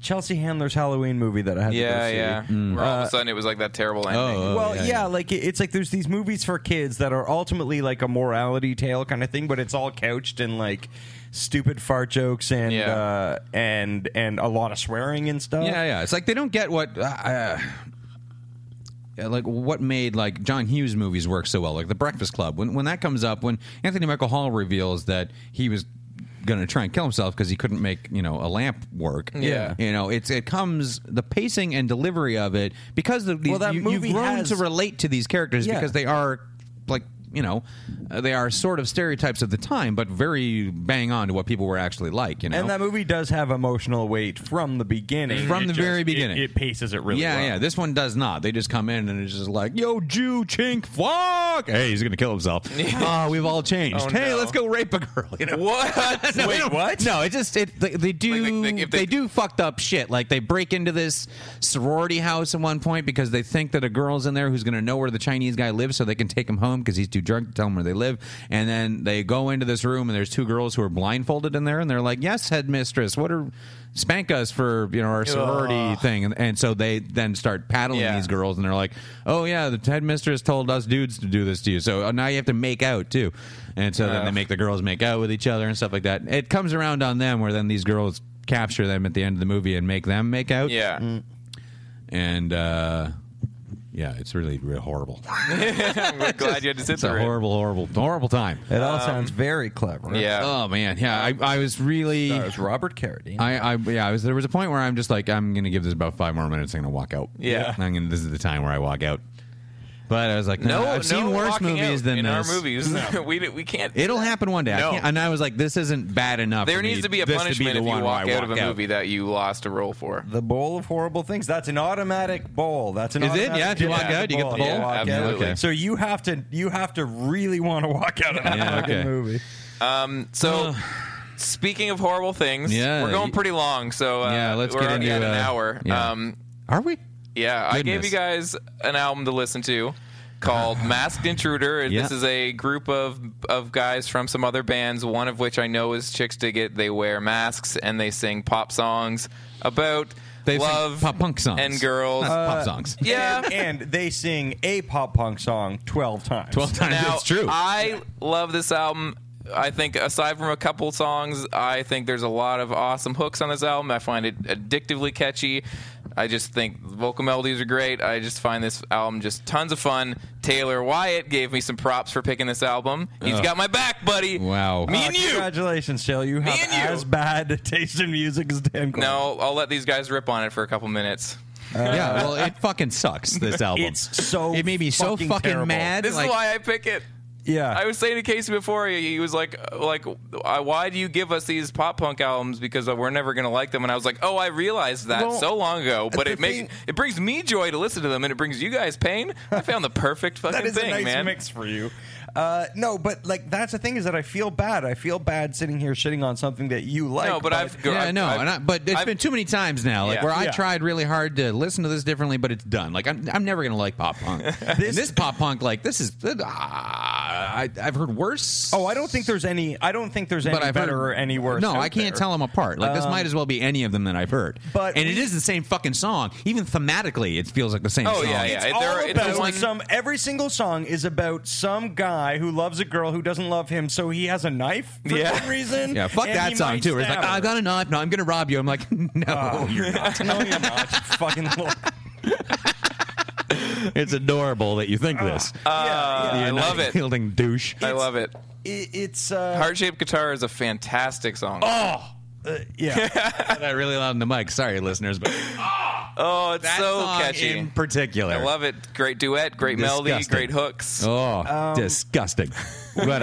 S3: Chelsea Handler's Halloween movie that I had to go
S1: yeah,
S3: see.
S1: yeah.
S4: Hmm.
S1: Where all
S4: Uh,
S1: of a sudden it was like that terrible ending.
S3: Well,
S4: yeah,
S3: yeah, like it- it's like there's these movies for kids that are ultimately like a morality tale kind of thing, but it's all couched in like stupid fart jokes and
S1: Yeah.
S3: uh, and and a lot of swearing and stuff.
S4: Yeah, yeah. It's like they don't get what. Uh, uh, yeah, like what made like John Hughes movies work so well, like The Breakfast Club. When when that comes up, when Anthony Michael Hall reveals that he was going to try and kill himself because he couldn't make you know a lamp work.
S1: Yeah.
S4: you know it's it comes the pacing and delivery of it because the, these,
S3: Well, that
S4: you,
S3: movie
S4: you've grown
S3: has-
S4: to relate to these characters
S3: Yeah.
S4: because they are like you know uh, they are sort of stereotypes of the time, but very bang on to what people were actually like. You know,
S3: And that movie does have emotional weight from the beginning.
S4: From the very
S3: it-
S4: beginning.
S3: It, paces it really
S4: yeah,
S3: well.
S4: yeah. This one does not. They just come in and it's just like, yo, Jew, chink, fuck. Hey, he's going to kill himself. Oh, we've all changed.
S1: Oh,
S4: hey,
S1: no.
S4: let's go rape a girl. You know?
S1: What?
S4: No, Wait, what? No, it just it they, they do
S1: Like, like, like,
S4: they,
S1: if they-
S4: do fucked up shit. Like they break into this sorority house at one point because they think that a girl's in there who's going to know where the Chinese guy lives, so they can take him home because he's too drunk to tell him where they live. And then they go into this room and there's two girls who are blindfolded in there, and they're like, "Yes, headmistress, what are spank us for you know our sorority thing?" And, and so they then start paddling
S1: Yeah.
S4: these girls girls and they're like, "Oh yeah, the headmistress told us dudes to do this to you, so uh, now you have to make out too." And so then they make the girls make out with each other and stuff like that. It comes around on them where then these girls capture them at the end of the movie and make them make out.
S1: Yeah.
S4: and uh, yeah, it's really, really horrible.
S1: We're glad you had to sit
S4: It's a
S1: through it.
S4: horrible, horrible, horrible time.
S3: It all sounds very clever.
S1: Yeah.
S4: Oh man, yeah, I, I was really.
S3: Uh, it's Robert Carradine.
S4: I, I yeah, I was, there was a point where I'm just like, I'm gonna give this about five more minutes. I'm gonna walk out.
S1: Yeah.
S4: I'm gonna, this is the time where I walk out. But I was like, no,
S1: No,
S4: I've seen
S1: no
S4: worse
S1: walking
S4: movies
S1: out
S4: than
S1: in
S4: this.
S1: our movies. we we can't.
S4: It'll happen one day. I
S1: No.
S4: can't- and I was like, this isn't bad enough.
S1: there
S4: for
S1: needs
S4: me,
S1: to be a
S4: this
S1: punishment
S4: the
S1: if
S4: one
S1: you
S4: where I
S1: walk out of a
S4: walk
S1: movie that you lost a role for.
S3: The bowl of horrible things. That's an automatic bowl. That's an
S4: Is it?
S3: automatic
S4: Yeah, if you
S3: get
S4: walk
S3: out of
S4: out, you get the bowl?
S3: You walk
S1: Yeah,
S3: out.
S1: absolutely.
S3: So you have to you have to really want to walk out of that
S4: Yeah,
S3: fucking
S4: okay.
S3: movie.
S1: So, speaking of horrible things,
S4: uh, Yeah,
S1: we're going
S4: you-
S1: pretty long. So uh,
S4: Yeah, let's
S1: we're
S4: get
S1: already
S4: into,
S1: at an
S4: uh,
S1: hour.
S4: yeah.
S1: Um,
S4: Are we?
S1: yeah, I gave
S4: Goodness.
S1: you guys an album to listen to called Masked Intruder. And This
S4: Yeah.
S1: is a group of of guys from some other bands. One of which I know is Chicks Dig It. They wear masks and they sing pop songs about
S4: They sing
S1: love,
S4: pop punk songs
S1: and girls.
S4: Not pop songs.
S1: yeah,
S3: And they sing a pop punk song twelve times.
S4: Twelve times.
S1: Now,
S4: it's true.
S1: I love this album. I think, aside from a couple songs, I think there's a lot of awesome hooks on this album. I find it addictively catchy. I just think vocal melodies are great. I just find this album just tons of fun. Taylor Wyatt gave me some props for picking this album. He's got my back, buddy.
S4: Wow.
S1: Me
S3: Uh,
S1: and you.
S3: Congratulations, Shell. You have
S1: and you.
S3: as bad a taste in music as Dan. Clark.
S1: No, I'll let these guys rip on it for a couple minutes.
S4: yeah. Well, it fucking sucks. This album.
S3: It's so
S4: It made me so
S3: fucking
S4: fucking,
S3: terrible.
S4: mad.
S1: This
S4: like,
S1: is why I pick it.
S3: Yeah.
S1: I was saying to Casey before he he was like, like, uh, why do you give us these pop punk albums because we're never gonna like them? And I was like, oh, I realized that
S3: Well,
S1: so long ago, but
S3: the
S1: it makes
S3: thing-
S1: it brings me joy to listen to them, and it brings you guys pain. I found the perfect fucking
S3: that is
S1: thing,
S3: a nice
S1: man.
S3: mix for you. Uh, no, but like that's the thing is that I feel bad. I feel bad sitting here shitting on something that you like.
S1: no, but I've
S4: Yeah,
S1: I've-
S4: no,
S1: I've-
S4: and I, but it's
S1: I've-
S4: been too many times now, like
S1: Yeah.
S4: where I
S3: Yeah.
S4: tried really hard to listen to this differently, but it's done. Like I'm, I'm never gonna like pop punk. And this, pop punk, like this is, ah, I, I've heard worse.
S3: Oh, I don't think there's any. I don't think there's any
S4: but I've
S3: better
S4: heard,
S3: or any worse.
S4: No,
S3: out
S4: I can't
S3: there. Um,
S4: tell them apart. Like this might as well be any of them that I've heard.
S3: but
S4: and it
S3: we-
S4: is the same fucking song. Even thematically, it feels like the same.
S1: Oh,
S4: song.
S1: yeah, yeah.
S3: It's
S1: It-
S3: all
S1: there- it's
S3: about
S1: one-
S3: some. Every single song is about some guy who loves a girl who doesn't love him, so he has a knife for
S1: Yeah.
S3: some reason.
S4: Yeah, fuck
S3: and he
S4: that song
S3: might Uh.
S4: too. where It's like
S3: stab
S4: I
S3: her.
S4: got a knife. No, I'm gonna rob you. I'm like, no, you're not.
S3: no, you're not. you fucking. Little,
S4: It's adorable that you
S3: Uh,
S4: think this.
S3: yeah, yeah.
S1: uh, I love it.
S4: Fielding douche.
S1: I love it.
S3: It- it's uh,
S1: Heart shaped guitar is a fantastic song. Oh,
S3: yeah.
S4: said that really loud in the mic. Sorry, listeners, but
S1: Oh, it's
S4: that
S1: so
S4: song
S1: catchy.
S4: in particular.
S1: I love it. Great duet, great melody,
S4: Disgusting.
S1: great hooks.
S4: Oh,
S1: Um,
S4: disgusting! What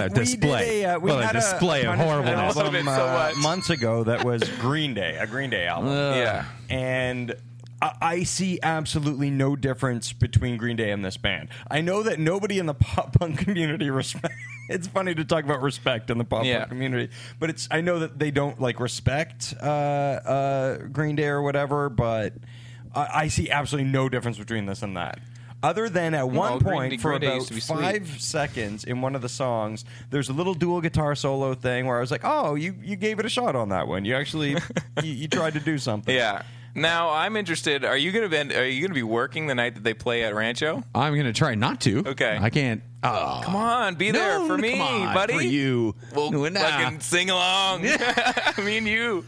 S4: a
S3: We did
S4: display!
S3: a, uh, we
S4: what a
S3: had
S4: display of
S3: punishment
S4: horribleness!
S1: love it
S3: album,
S1: so
S3: uh,
S1: much.
S3: months ago that was Green Day, a Green Day album.
S1: yeah.
S3: and I- I see absolutely no difference between Green Day and this band. I know that nobody in the pop punk community respect. It's funny to talk about respect in the pop
S1: Yeah.
S3: punk community, but it's I know that they don't like respect uh, uh, Green Day or whatever. But I, I see absolutely no difference between this and that. Other than at one
S1: Green
S3: point
S1: Day-
S3: for
S1: Green Day
S3: about
S1: used to be sweet.
S3: five seconds in one of the songs, there's a little dual guitar solo thing where I was like, "Oh, you you gave it a shot on that one. You actually you, you tried to do something."
S1: Yeah. Now I'm interested. Are you gonna be Are you gonna be working the night that they play at Rancho?
S4: I'm gonna try not to.
S1: Okay.
S4: I can't. Oh,
S1: Come on, be there
S4: No,
S1: for
S4: come
S1: me,
S4: on,
S1: buddy.
S4: for you.
S1: We'll
S4: No, nah.
S1: fucking sing along. me and you.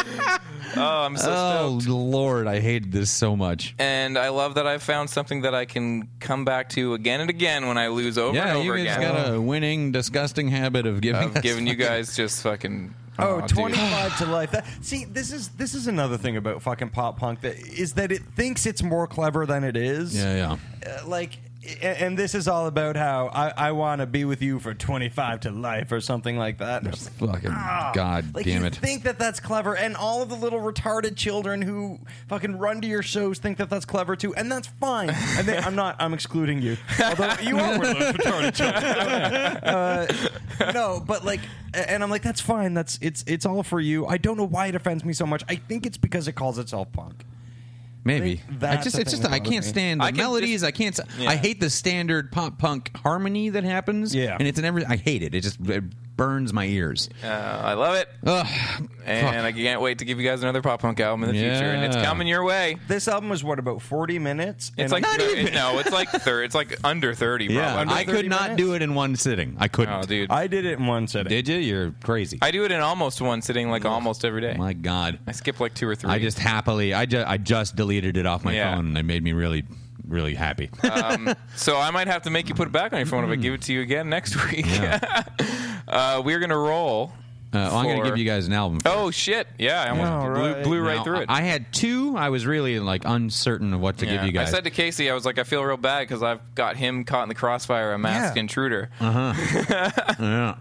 S1: oh, I'm so
S4: oh
S1: stoked.
S4: Lord, I hated this so much.
S1: And I love that I've found something that I can come back to again and again when I lose over
S4: yeah,
S1: and
S4: you
S1: over
S4: just
S1: again. Oh.
S4: got a winning, disgusting habit of giving.
S1: I've
S4: us
S1: given you guys just fucking.
S3: Oh,
S1: dude.
S3: 25 to life. That, see, this is this is another thing about fucking pop punk that is that it thinks it's more clever than it is.
S4: Yeah, yeah.
S3: Uh, like, a- and this is all about how I, I want to be with you for 25 to life or something like that. And I'm just like,
S4: Fucking
S1: Ah,
S4: god
S3: like,
S4: damn
S3: you
S4: it!
S3: think that that's clever, and all of the little retarded children who fucking run to your shows think that that's clever too, and that's fine. And they, I'm not. I'm excluding you. Although you are one of those retarded children. Uh, no, but like, a- and I'm like, that's fine. That's it's it's all for you. I don't know why it offends me so much. I think it's because it calls itself punk.
S4: Maybe I
S3: that's
S4: just
S3: the
S4: it's
S3: thing
S4: just
S3: that
S4: I
S3: bothers
S4: can't
S3: me.
S4: stand the
S1: I can
S4: melodies.
S1: just-
S4: I can't. s-
S1: Yeah.
S4: I hate the standard pop punk harmony that happens.
S3: Yeah.
S4: and it's in every. I hate it. It just it burns my ears.
S1: Uh, I love it,
S4: Oh, Ugh.
S1: and I can't wait to give you guys another pop punk album in the future, and it's
S4: Yeah.
S1: coming your way.
S3: This album was what about 40 minutes?
S1: It's
S3: And
S1: like
S3: I'm-
S1: thir- no, it's like thir- it's like under thirty. Probably.
S4: Yeah, I could
S3: 30
S4: not do it in one sitting. I couldn't. Uh,
S1: Oh, dude.
S3: I did it in one sitting.
S4: Did you? You're crazy.
S1: I do it in almost one sitting, like almost every day.
S4: My God,
S1: I skip like two or three.
S4: I just happily. I just I just deleted it off my
S1: Yeah. Uh,
S4: phone, and it made me really, really happy. Uh,
S1: so I might have to
S4: Mm-hmm.
S1: make you put it back on your phone if I give it to you again next week. uh, we're gonna roll.
S4: Uh, oh, I'm going
S1: For-
S4: to give you guys an album.
S1: Oh shit! Yeah, I almost
S3: All
S1: blew,
S3: right.
S1: Oh, blew right
S4: Now,
S1: through it.
S4: I I had two. I was really like uncertain of what to
S1: Yeah.
S4: give you guys.
S1: I said to Casey, I was like, I feel real bad because I've got him caught in the crossfire, a masked
S3: Yeah.
S1: intruder.
S4: Uh.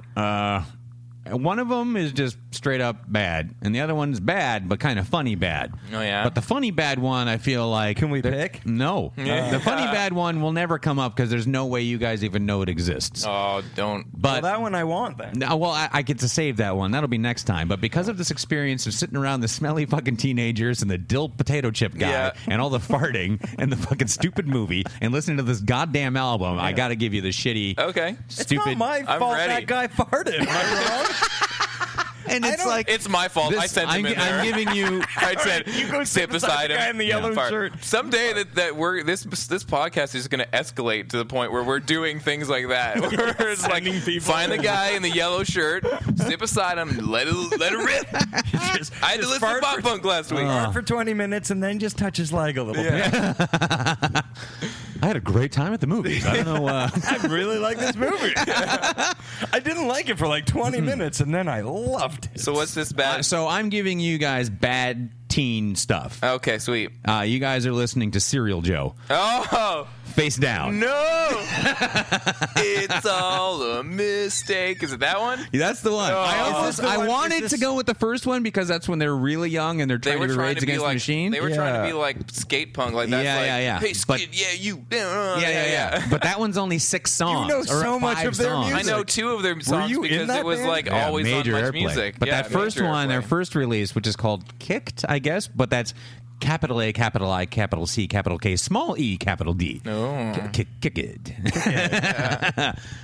S4: One of them is just straight up bad, and the other one's bad but kind of funny bad.
S1: Oh, yeah?
S4: But the funny bad one, I feel like
S3: Can we
S4: there-
S3: pick?
S4: No, the funny bad one will never come up because there's no way you guys even know it exists.
S1: Oh, don't.
S4: But
S3: well, that one I want then.
S4: No, well, I, I get to save that one. That'll be next time. But because of this experience of sitting around the smelly fucking teenagers and the dill potato chip guy
S1: Yeah.
S4: and all the farting and the fucking stupid movie and listening to this goddamn album, I got to give you the shitty,
S1: Okay.
S3: It's not
S4: stupid.
S3: my
S1: I'm
S3: fault
S1: ready.
S3: that guy farted. Am I wrong?
S4: and it's
S3: don't-
S4: like
S1: It's my fault. I sent him
S4: I'm,
S1: in there.
S4: I'm giving you.
S1: I said,
S3: you go
S1: sit
S3: sit
S1: beside
S3: beside the
S1: him.
S3: guy in the yellow
S1: Fire.
S3: shirt.
S1: Someday that, that we're this this podcast is going to escalate to the point where we're doing things like that. Where it's like
S3: sending people.
S1: find the guy in the yellow shirt, sit beside him, let it let it rip. I had to listen to
S3: fart
S1: Pop
S3: for- Oh,
S1: Punk last week.
S3: Fart for 20 minutes and then just touch his leg a little bit.
S4: I had a great time at the movies. I don't know. Uh,
S3: I really like this movie. I didn't like it for like 20 minutes and then I loved it.
S1: So what's this
S4: uh,
S1: bad?
S4: so I'm giving you guys bad teen stuff.
S1: okay, sweet.
S4: Uh, you guys are listening to Serial Joe,
S1: Oh
S4: face down.
S1: no! it's all a mistake. Is it that one?
S4: Yeah, That's the one. I,
S3: Oh.
S4: also-
S3: Is this the
S4: I
S3: one-
S4: wanted
S3: is
S4: to
S3: this-
S4: go with the first one because that's when they're really young and they're
S1: They
S4: trying
S1: were
S4: to be
S1: trying
S4: Rage
S1: to be
S4: Against the
S1: like
S4: Machine.
S1: they were trying to
S3: Yeah.
S1: be like skate punk like that.
S4: Yeah,
S1: like,
S4: yeah, yeah.
S1: Hey,
S4: But-
S1: skid, yeah, you.
S4: yeah, yeah, yeah. but that one's only six songs.
S3: know
S4: or
S3: so much
S4: five
S3: of their
S4: songs.
S1: I
S3: music.
S1: know two of their songs
S3: you in
S1: because
S3: that
S1: it was
S3: band?
S1: like
S4: Yeah,
S1: always
S4: major
S1: on much
S4: airplay.
S1: music.
S4: But
S1: Yeah,
S4: that first
S1: major
S4: one, their
S1: airplay.
S4: first release, which is called Kicked, I guess, but that's capital A, capital I, capital C, capital K, small e, capital D.
S1: Oh.
S4: No. Kick, kick it.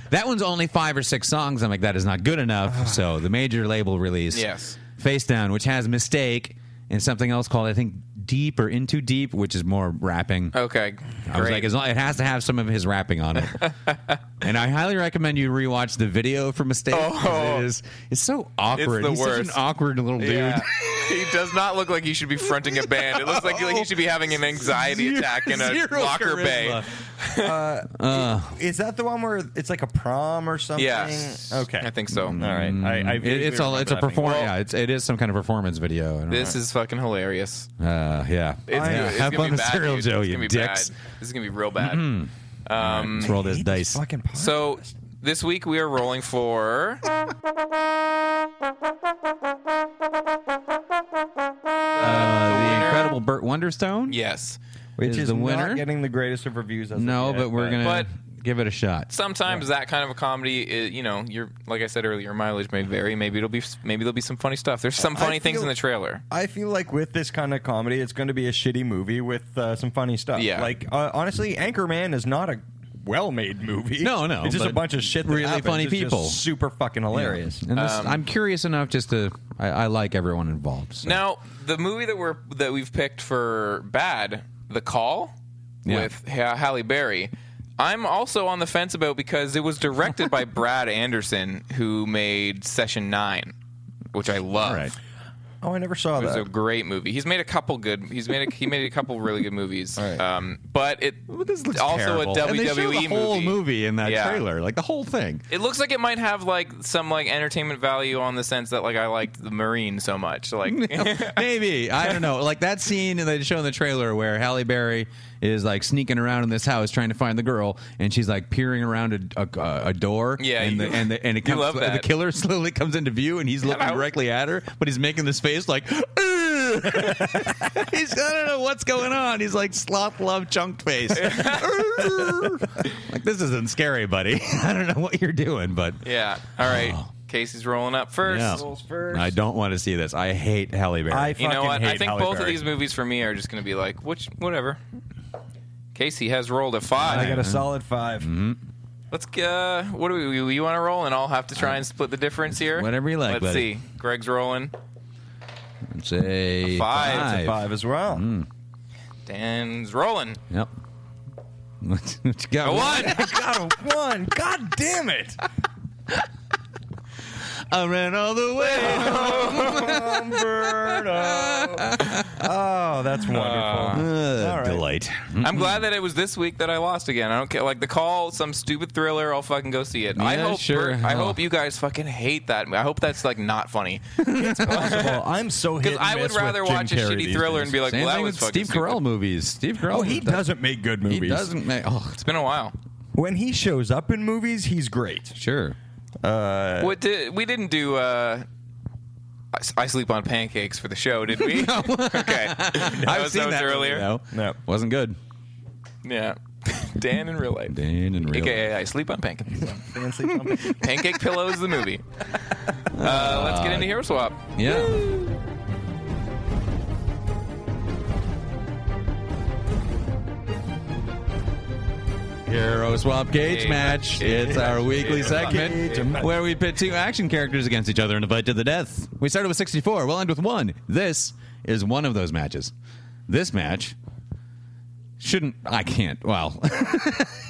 S4: that one's only five or six songs. I'm like, that is not good enough. so the major label release,
S1: Yes.
S4: Face Down, which has Mistake and something else called, I think, Deep or Into Deep, which is more rapping.
S1: Okay,
S4: I was
S1: great.
S4: like, as long, it has to have some of his rapping on it. and I highly recommend you rewatch the video for Mistake. 'cause It is, it's so awkward.
S1: Oh. the
S4: He's
S1: worst.
S4: such an awkward little dude.
S1: Yeah. he does not look like he should be fronting a band. It looks like, like he should be having an anxiety
S4: Zero-
S1: attack in a
S4: zero
S1: locker bay.
S4: charisma.
S3: Is that the one where it's like a prom or something?
S1: Yes.
S3: Okay.
S1: I think so.
S4: Mm.
S3: All right. I, I
S4: It- it's all it's a perform. yeah, it's it is some kind of performance video. I don't
S1: This is fucking hilarious.
S4: know. uh, yeah.
S1: It's,
S3: I-
S1: gonna- it's
S4: Have
S1: gonna
S4: fun
S1: be
S4: with
S1: bad,
S4: Serial
S1: dude.
S4: Joe,
S1: It's
S4: you
S1: gonna be
S4: dicks. Mm-hmm.
S1: Bad. Um, This is gonna be real bad.
S4: Let's roll this dice. Uh,
S3: Fucking prom.
S1: So this week we are rolling for.
S4: Uh, the incredible Burt Wonderstone.
S1: Yes.
S3: which
S4: is
S3: is,
S4: the winner?
S3: not getting the greatest of reviews. As of
S4: No,
S3: yet,
S4: but we're gonna
S1: But-
S4: give it a shot.
S1: Sometimes that kind of a comedy, is, you know, your like I said earlier, your mileage may vary. Maybe it'll be maybe there'll be some funny stuff. There's some funny things
S3: feel-
S1: in the trailer.
S3: I feel like with this kind of comedy, it's going to be a shitty movie with uh, some funny stuff.
S1: Yeah.
S3: Like uh, honestly, Anchorman is not a well-made movie.
S4: No, no,
S3: It's just
S4: but
S3: a bunch of shit. That
S4: really
S3: happens.
S4: funny
S3: It's just
S4: people.
S3: super fucking hilarious.
S4: And
S1: um,
S4: this, I'm curious enough just to. I, I like everyone involved. so.
S1: Now, the movie that we're that we've picked for bad, The Call,
S4: Yeah.
S1: with Ha- Halle Berry. I'm also on the fence about because it was directed by Brad Anderson, who made Session Nine, which I love.
S4: all right.
S3: Oh, I never saw
S1: It was
S3: that.
S1: a great movie. He's made a couple good. He's made a, he made a couple really good movies. Um, but it
S4: This looks
S1: also
S4: terrible.
S1: a E WWE
S4: and they show the whole movie in that
S1: Yeah.
S4: trailer, like the whole thing.
S1: It looks like it might have like some like entertainment value on the sense that like I liked the Marine so much. Like
S4: Oh, Maybe I don't know. Like that scene that they show in the trailer where Halle Berry is like sneaking around in this house trying to find the girl, and she's like peering around a, a, a door.
S1: Yeah,
S4: and the,
S1: you-
S4: and, the, and it comes,
S1: love
S4: the
S1: that.
S4: killer slowly comes into view, and he's looking
S1: Hello.
S4: directly at her, but he's making this face like. "Ugh." he's I don't know what's going on. He's like sloth love chunk face. like this isn't scary, buddy. I don't know what you're doing, but
S1: yeah. All right. Casey's rolling up first.
S4: Yeah. I don't want to see this. I hate Halle Berry.
S3: I
S1: You know
S3: fucking
S1: what? I
S3: hate
S1: think
S3: Halle
S1: both of
S3: Berry.
S1: these movies for me are just going to be like, which, whatever. Casey has rolled a
S3: I
S1: five.
S3: got a solid 5
S1: Let's g- uh, what do we? You want to roll, and I'll have to try and split the difference here.
S4: Whatever you like,
S1: Let's
S4: buddy.
S1: see. Greg's rolling.
S4: It's a
S1: five.
S3: It's a five as well.
S4: Mm.
S1: Dan's rolling.
S4: Yep. What what you got?
S1: A one.
S3: I got a one. God damn it!
S4: I ran all the way.
S3: Oh, that's wonderful.
S1: Ah.
S4: Delight.
S1: I'm glad that it was this week that I lost again. I don't care. Like the call, some stupid thriller. I'll fucking go see it. I
S4: Yeah,
S1: hope.
S4: sure.
S1: I
S4: Hell.
S1: hope you guys fucking hate that. I hope that's like not funny.
S3: Well, I'm so hit
S1: Because
S3: and
S1: I would
S3: miss with
S1: rather
S3: Jim
S1: watch
S3: Carrey
S1: a shitty
S3: these
S1: thriller
S3: days.
S1: and be like,
S4: Same
S1: well, that
S4: thing
S1: was
S4: with
S1: fucking
S4: Steve Carell
S1: stupid.
S4: movies. Steve Carell.
S3: Oh, he doesn't make good movies.
S4: He doesn't make. Oh,
S1: It's been a while.
S3: When he shows up in movies, he's great.
S4: sure.
S1: what did we didn't do? Uh, I, S- I sleep on pancakes for the show, did we? okay, I was
S4: seen
S1: that was
S4: that
S1: earlier.
S4: No,
S3: No.
S4: wasn't good.
S1: Yeah, Dan in real life.
S4: Dan and real.
S1: AKA I sleep on pancakes.
S3: Fancy company.
S1: Pancake Pillows, the movie. Uh, let's get into Hero Swap.
S4: Yeah. Hero Swap Gauge
S1: Gauge
S4: Match.
S1: match. Gauge
S4: It's our
S1: match.
S4: weekly
S1: Gauge
S4: segment
S3: match.
S4: where we pit two action characters against each other in a fight to the death. We started with 64. We'll end with one. This is one of those matches. This match shouldn't. I can't. Well,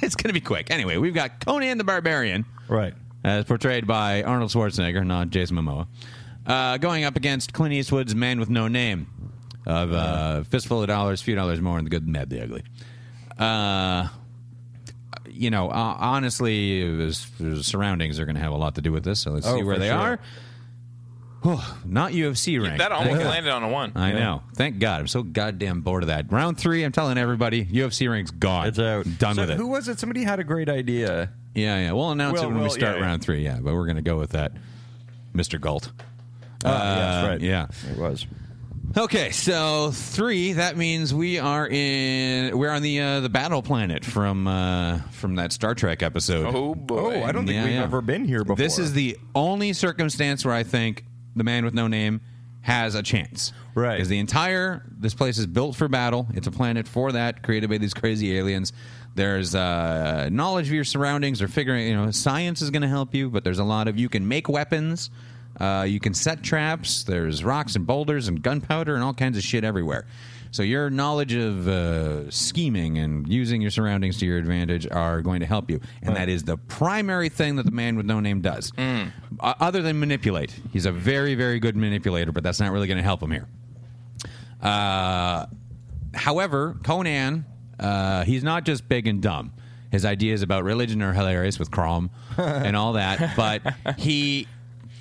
S4: it's going to be quick. Anyway, we've got Conan the Barbarian
S3: right.
S4: as portrayed by Arnold Schwarzenegger, not Jason Momoa, uh, going up against Clint Eastwood's Man with No Name of uh, Fistful of Dollars, Few Dollars More, and The Good, the Bad, the Ugly. Uh, you know, uh, honestly, it was- the surroundings are going to have a lot to do with this, so let's
S3: Oh,
S4: see where
S3: for
S4: they
S3: sure.
S4: are. not UFC rank.
S1: That almost
S4: Thank God.
S1: landed on a one.
S4: I know. Thank God. I'm so goddamn bored of that. Round three, I'm telling everybody, UFC rank's gone.
S3: It's out.
S4: Done
S3: So
S4: with it.
S3: Who was it? Somebody had a great idea.
S4: Yeah, yeah. We'll announce
S3: Well,
S4: it when we
S3: well,
S4: start
S3: yeah, yeah.
S4: round three. Yeah, but we're gonna go with that, Mister Galt. Uh, Um,
S3: Oh, yeah, that's right.
S4: yeah.
S3: It was.
S4: Okay, so three. That means we are in. We're on the uh, the battle planet from uh, from that Star Trek episode.
S1: Oh boy.
S3: Oh, I don't think
S4: Yeah,
S3: we've
S4: yeah.
S3: ever been here before.
S4: This is the only circumstance where I think the man with no name has a chance.
S3: Right.
S4: Because the entire this place is built for battle. It's a planet for that, created by these crazy aliens. There's uh, knowledge of your surroundings or figuring, you know, science is going to help you, but there's a lot of you can make weapons. Uh, you can set traps. There's rocks and boulders and gunpowder and all kinds of shit everywhere. So your knowledge of uh, scheming and using your surroundings to your advantage are going to help you, and that is the primary thing that the man with no name does. O- other than manipulate, he's a very, very good manipulator, but that's not really going to help him here. Uh, however, Conan, uh, he's not just big and dumb. His ideas about religion are hilarious with Crom and all that, but he.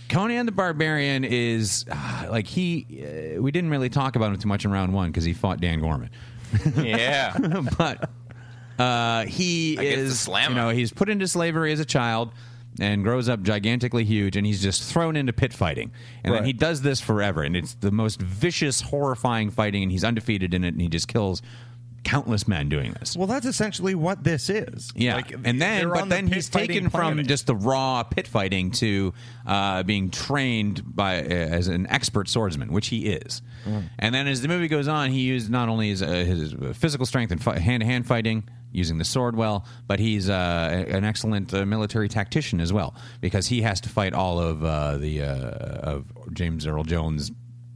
S4: Conan the Barbarian is ah, like he. Uh, we didn't really talk about him too much in round one because he fought Dan Gorman,
S1: Yeah.
S4: but uh, he
S1: I get to
S4: is
S1: slam
S4: you know
S1: him.
S4: he's put into slavery as a child and grows up gigantically huge and he's just thrown into pit fighting and then
S3: Right.
S4: he does this forever and it's the most vicious horrifying fighting and he's undefeated in it and he just kills countless men doing this
S3: Well, that's essentially what this is.
S4: yeah,
S3: Like,
S4: and then
S3: they're
S4: but
S3: on the
S4: then
S3: pit
S4: he's
S3: fighting
S4: taken from
S3: planet.
S4: just the raw pit fighting to uh, being trained by uh, as an expert swordsman, which he is.
S3: Mm.
S4: And then as the movie goes on, he used not only his, uh, his physical strength and hand to hand fighting. Using the sword well, but he's uh, an excellent uh, military tactician as well because he has to fight all of uh, the uh, of James Earl Jones'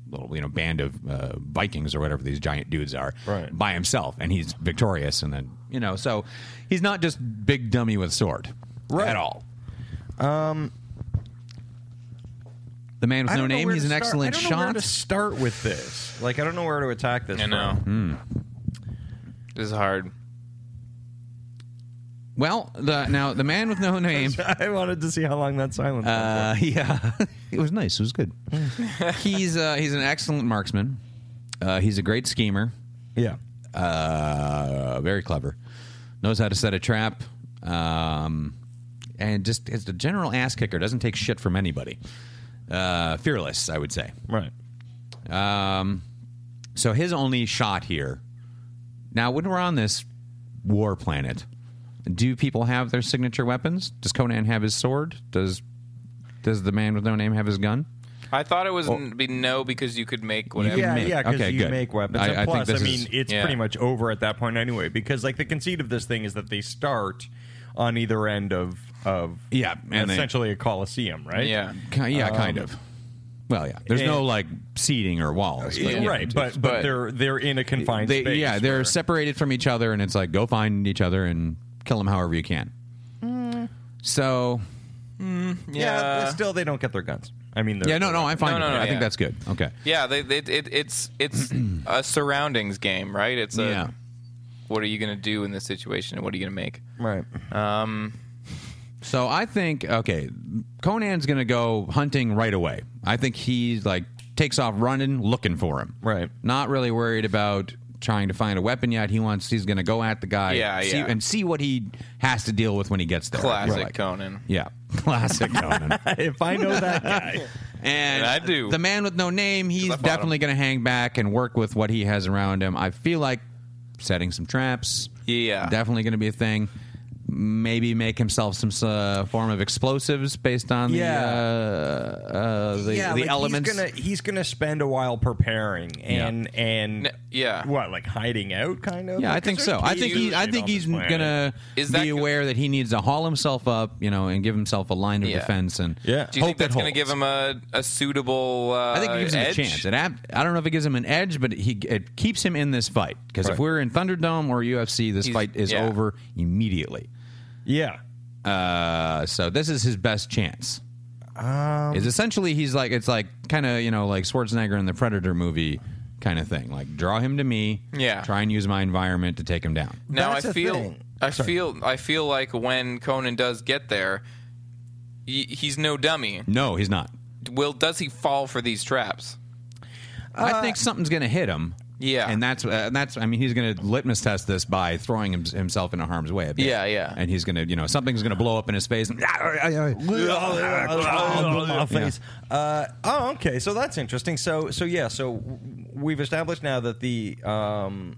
S4: little you know band of uh, Vikings or whatever these giant dudes are
S3: Right.
S4: by himself, and he's victorious. And then you know, so he's not just big dummy with sword at all. Um, the man with
S3: I
S4: no
S3: don't know
S4: name.
S3: where
S4: He's
S3: to
S4: an
S3: start-
S4: excellent
S3: I don't know where to
S4: shot.
S3: start with this. Like, I don't know where to attack this.
S1: I know.
S4: Hmm.
S1: This is hard.
S4: Well, the now the man with no name.
S3: from. I wanted to see how long that silence. was.
S4: Uh, yeah, it was nice. It was good. he's uh, he's an excellent marksman. Uh, he's a great schemer.
S3: Yeah.
S4: uh, very clever, knows how to set a trap, um, and just is a general ass kicker. Doesn't take shit from anybody. Uh, fearless, I would say.
S3: Right.
S4: Um, so his only shot here. Now, when we're on this war planet, do people have their signature weapons? Does Conan have his sword? Does Does the man with no name have his gun?
S1: I thought it was n- be no because you could make whatever.
S3: Yeah,
S4: make-
S3: yeah, because
S4: okay,
S3: you
S4: good.
S3: make weapons.
S4: I-
S3: and
S4: I think
S3: plus, I,
S4: this
S3: mean,
S4: is-
S3: it's
S1: yeah.
S3: pretty much over at that point anyway. Because like the conceit of this thing is that they start on either end of of
S4: Yeah, and they-
S3: essentially a coliseum, right?
S1: Yeah.
S4: Ki- yeah, kind of. Well, yeah. There's no
S3: Um, and-
S4: like seating or walls. but, yeah,
S3: right.
S4: it's-
S3: But, but
S1: but-
S3: they're they're in a confined
S4: they,
S3: space.
S4: yeah, they're
S3: where-
S4: separated from each other, and it's like go find each other and kill them however you can. So uh,
S3: yeah, but still they don't get their guns. I mean, they're-
S4: Yeah, no, no, I'm fine.
S1: No, no,
S4: with that.
S1: no,
S4: I think
S1: yeah.
S4: that's good. Okay.
S1: Yeah, they, they, it, it's it's a surroundings game, right? It's a
S4: Yeah.
S1: what are you going to do in this situation, and what are you going to make?
S3: right.
S4: So I think okay, Conan's gonna go hunting right away. I think he like takes off running, looking for him.
S3: Right.
S4: Not really worried about trying to find a weapon yet. He wants he's gonna go at the guy.
S1: Yeah,
S4: see-
S1: yeah.
S4: And see what he has to deal with when he gets there.
S1: Classic
S4: Right.
S1: Conan.
S4: Yeah, classic Conan.
S3: if I know that guy,
S4: And,
S1: And I do.
S4: The man with no name, he's
S1: I fought
S4: definitely going to hang back and work with what he has around him. I feel like setting some traps.
S1: Yeah.
S4: Definitely going to be a thing. Maybe make himself some uh, form of explosives based on
S3: Yeah.
S4: the, uh, uh, the,
S3: yeah,
S4: the
S3: like,
S4: elements.
S3: He's gonna, he's gonna spend a while preparing and and
S1: N- yeah.
S3: what like hiding out kind of.
S4: yeah, I
S3: Like,
S4: think
S3: 'cause
S4: so.
S3: there's
S4: I think
S3: caves
S4: he, I
S3: and
S4: think
S3: shit on
S4: he's
S3: this planet.
S4: gonna
S1: Is that
S4: be
S1: go-
S4: aware that he needs to haul himself up, you know, and give himself a line of
S1: Yeah.
S4: defense. And
S3: Yeah.
S1: Do you
S4: hope
S1: think that's
S4: going
S1: to give him a, a suitable? Uh,
S4: I think it gives him
S1: edge?
S4: a chance. It, ab- I don't know if it gives him an edge, but he it keeps him in this fight because if
S3: Right.
S4: we're in Thunderdome or UFC, this
S1: He's-
S4: fight is
S1: yeah.
S4: over immediately.
S3: Yeah,
S4: Uh, so this is his best chance. is essentially he's like it's like kind of you know like Schwarzenegger in the Predator movie kind of thing. Like draw him to me.
S1: Yeah.
S4: Try and use my environment to take him down.
S1: Now
S3: That's
S1: I
S3: the
S1: feel
S3: thing.
S1: I feel I feel like when Conan does get there, he, he's no dummy.
S4: No, he's not.
S1: Will does he fall for these traps?
S4: I think something's going to hit him.
S1: Uh, Yeah.
S4: and that's uh, and that's. I mean, he's going to litmus test this by throwing him, himself into harm's way. A bit.
S1: Yeah, yeah.
S4: And he's going to, you know, something's going to blow up in his face.
S3: my face. Uh, oh, okay. So that's interesting. So, so yeah. So we've established now that the um,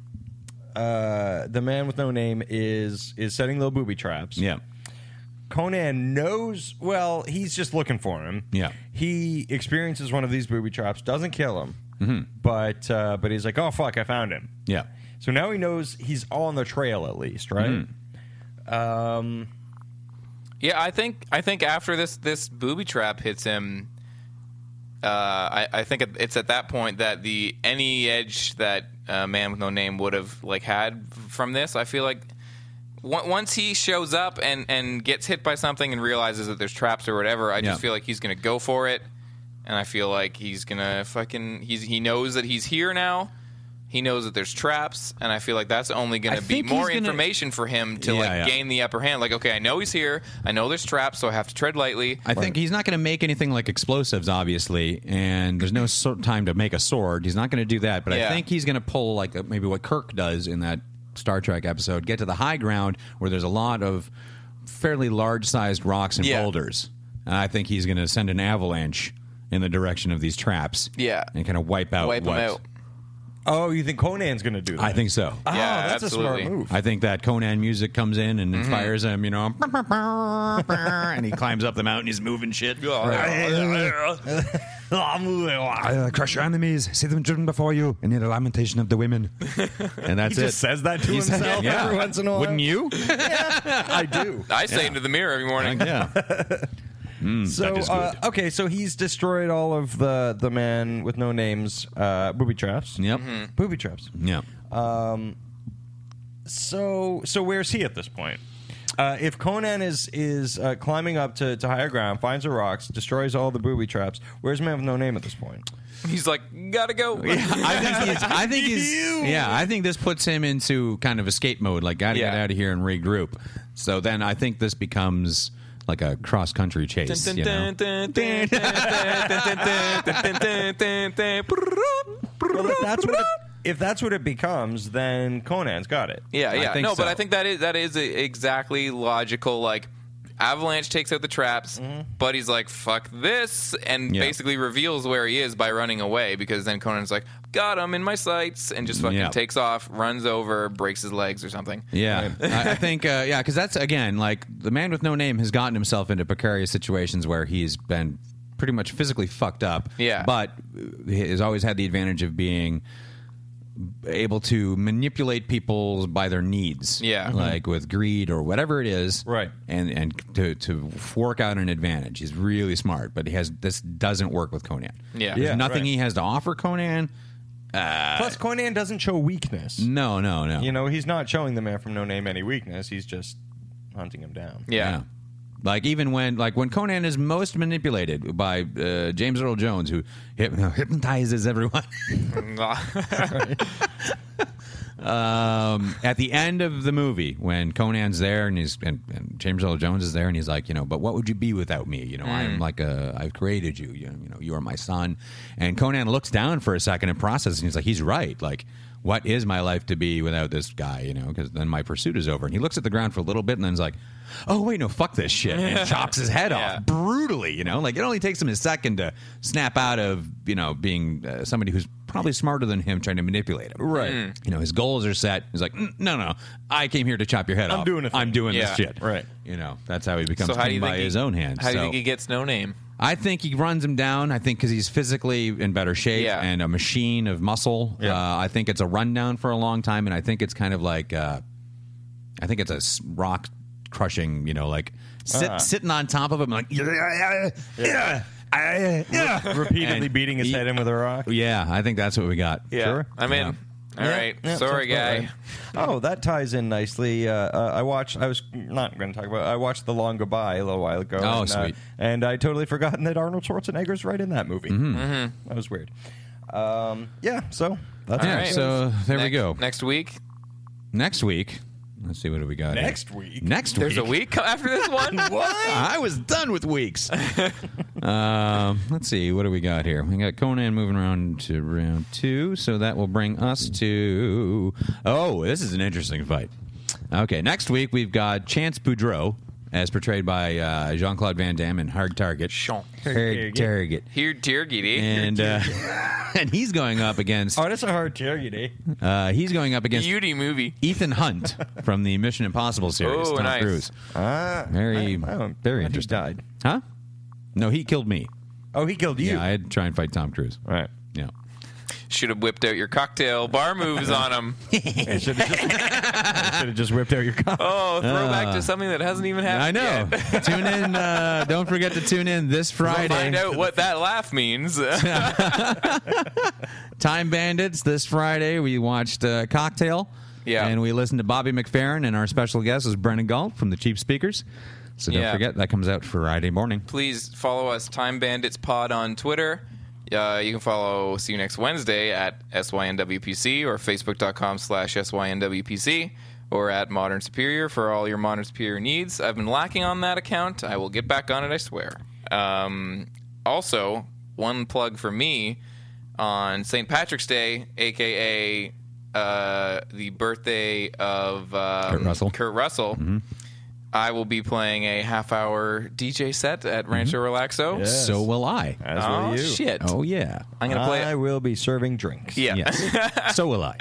S3: uh, the man with no name is is setting little booby traps.
S4: yeah,
S3: Conan knows. Well, he's just looking for him.
S4: Yeah.
S3: He experiences one of these booby traps. Doesn't kill him,
S4: Mm-hmm.
S3: but uh, but he's like, oh fuck, I found him.
S4: yeah.
S3: So now he knows he's on the trail at least, right?
S4: Mm.
S1: Yeah, I think I think after this this booby trap hits him, uh, I, I think it's at that point that the any edge that uh, man with no name would have like had from this, I feel like on- once he shows up and and gets hit by something and realizes that there's traps or whatever, I just
S4: Yeah.
S1: feel like he's gonna go for it, and I feel like he's gonna fucking he's he knows that he's here now. He knows that there's traps, and I feel like that's only going
S4: I
S1: to be
S4: think
S1: more
S4: he's gonna-
S1: information for him to
S4: Yeah,
S1: like
S4: yeah.
S1: gain the upper hand. Like, okay, I know he's here. I know there's traps, so I have to tread lightly.
S4: I think he's not going to make anything like explosives, obviously, and there's no so- time to make a sword. He's not going to do that, but
S1: Yeah.
S4: I think he's going to pull like uh, maybe what Kirk does in that Star Trek episode, get to the high ground where there's a lot of fairly large-sized rocks and
S1: Yeah.
S4: boulders, and I think he's going to send an avalanche in the direction of these traps,
S1: Yeah.
S4: and kind of wipe out
S1: Wipe him
S4: what.
S1: out.
S3: Oh, you think Conan's going to do that?
S4: I think so.
S3: Oh,
S1: Yeah,
S3: that's a
S1: absolutely.
S3: smart move.
S4: I think that Conan music comes in
S1: Mm-hmm.
S4: and inspires him, you know, and he climbs up the mountain. He's moving shit. uh, Crush your enemies, see them driven before you, and hear the lamentation of the women. And that's
S3: He
S4: it.
S3: just says that to
S4: He said-
S3: himself
S4: yeah.
S3: every once in a while.
S4: Wouldn't you?
S3: I do.
S1: I say into the mirror every morning.
S4: Like, yeah.
S3: So
S4: is
S3: uh,
S4: good.
S3: okay, so he's destroyed all of the the man with no names uh, booby traps.
S4: Yep.
S3: Booby traps.
S4: Yep.
S3: So so where's he at this point? Uh, if Conan is is uh, climbing up to, to higher ground, finds the rocks, destroys all the booby traps. Where's man with no name at this point?
S1: He's like, gotta go.
S4: I think he's. I think
S3: You.
S4: he's. Yeah, I think this puts him into kind of escape mode. Like, gotta get
S1: Yeah.
S4: out of here and regroup. So then I think this becomes like a cross country chase. you know?
S3: Well, if that's what it, if that's what it becomes, then Conan's got it.
S1: Yeah, yeah.
S4: think
S1: no, but
S4: so.
S1: I think that is that is a, exactly logical. Like Avalanche takes out the traps, but he's like, "Fuck this," and
S4: Mm-hmm. Yeah.
S1: basically reveals where he is by running away. Because then Conan's like, "Got him in my sights," and just fucking
S4: Yeah.
S1: takes off, runs over, breaks his legs or something.
S4: Yeah, I, I think uh, yeah, because that's again like the man with no name has gotten himself into precarious situations where he's been pretty much physically fucked up.
S1: Yeah.
S4: but he has always had the advantage of being able to manipulate people by their needs.
S1: Yeah.
S4: like with greed or whatever it is.
S3: Right.
S4: and and to to work out an advantage. He's really smart, but he has this doesn't work with Conan.
S1: Yeah.
S4: There's
S3: Yeah,
S4: nothing
S3: right.
S4: he has to offer Conan.
S3: Plus, Conan doesn't show weakness.
S4: No, no, no.
S3: You know, he's not showing the man from No Name any weakness. He's just hunting him down.
S1: Yeah.
S4: Like even when like when Conan is most manipulated by uh, James Earl Jones, who hyp- hypnotizes everyone. um, at the end of the movie, when Conan's there and he's and, and James Earl Jones is there and he's like, you know, but what would you be without me? You know, I'm like a I've created you. You know, you know, you are my son. And Conan looks down for a second and processes. And he's like, he's right. Like, what is my life to be without this guy? You know, because then my pursuit is over. And he looks at the ground for a little bit and then's like, oh wait, no, fuck this shit, and chops his head
S1: Yeah.
S4: off brutally. You know, like it only takes him a second to snap out of you know being uh, somebody who's probably smarter than him trying to manipulate him. Right.
S1: Mm.
S4: You know, his goals are set. He's like, "Mm, no, no, I came here to chop your head off.
S3: doing a thing."
S4: I'm doing
S1: Yeah.
S4: this shit.
S3: Right.
S4: You know, that's how he becomes
S1: So how do
S4: king
S1: you think
S4: by
S1: he-
S4: his own hands.
S1: How do you
S4: So
S1: think he gets no name?
S4: I think he runs him down. I think because he's physically in better shape
S1: Yeah.
S4: and a machine of muscle.
S3: Yeah.
S4: Uh, I think it's a rundown for a long time, and I think it's kind of like, uh, I think it's a s- rock crushing. You know, like sit,
S1: Uh-huh.
S4: sitting on top of him, like yeah, yeah, yeah, yeah, yeah.
S3: uh, Repeatedly
S4: And
S3: beating his
S4: he-
S3: head in with a rock.
S4: Yeah, I think that's what we got.
S3: Sure.
S1: I'm in. All
S3: Yeah,
S1: right.
S3: yeah,
S1: Sorry,
S3: sounds about
S1: guy.
S3: right. Oh, that ties in nicely. Uh, uh, I watched. I was not going to talk about. I watched The Long Goodbye a little while ago.
S4: Oh,
S3: and, uh,
S4: sweet.
S3: and I totally forgotten that Arnold Schwarzenegger's right in that movie.
S1: Mm-hmm.
S3: Mm-hmm. That was weird. Um, yeah. So that's
S4: Yeah,
S1: All right.
S4: so there we
S1: Next-
S4: go.
S1: Next week.
S4: Next week, let's see what do we got. here.
S3: Next week?
S4: Next week.
S1: There's a week after this one.
S4: I was done with weeks. um, let's see, what do we got here? We got Conan moving around to round two, so that will bring us to. Oh, this is an interesting fight. Okay, next week we've got Chance Boudreau, as portrayed by uh, Jean Claude Van Damme in Hard Target.
S1: Jean.
S4: Hard Target.
S1: Here, dear Giddy.
S4: And uh, and he's going up against
S3: Oh, that's a hard charity day.
S4: uh, he's going up against
S1: Beauty movie.
S4: Ethan Hunt from the Mission Impossible series.
S1: Oh,
S4: Tom
S1: nice.
S4: Cruise. very,
S3: Ah, I don't-
S4: very
S3: I just
S4: interesting.
S3: died.
S4: Huh? No, he killed me.
S3: Oh, he killed you.
S4: Yeah, I had to try and fight Tom Cruise.
S3: All right.
S4: Yeah.
S1: Should have whipped out your cocktail bar moves on him.
S3: I should have just, I should've just whipped out your cock.
S1: Oh, throwback to something that hasn't even
S4: Ah. I
S1: happened.
S4: know. tune in. Uh, don't forget to tune in this
S1: We'll
S4: Friday.
S1: find out what that laugh means. yeah.
S4: Time Bandits. This Friday, we watched uh, Cocktail.
S1: Yeah.
S4: And we listened to Bobby McFerrin, and our special guest is Brennan Galt from the Cheap Speakers. So don't
S1: Yeah.
S4: forget, that comes out Friday morning.
S1: Please follow us, Time Bandits Pod, on Twitter. Uh, you can follow See You Next Wednesday at SYNWPC or Facebook.com slash SYNWPC or at Modern Superior for all your Modern Superior needs. I've been lacking on that account. I will get back on it, I swear. Um, also, one plug for me on St. Patrick's Day, a.k.a. Uh, the birthday of um,
S4: Kurt Russell. Mm-hmm.
S1: Kurt Russell. I will be playing a half hour DJ set at Rancho Relaxo.
S4: Mm-hmm. So will I.
S3: As
S1: Aw,
S3: will you.
S1: shit.
S4: Oh, yeah.
S1: I'm going to play
S3: I
S1: it.
S3: will be serving drinks.
S1: Yeah.
S4: Yes. so will I.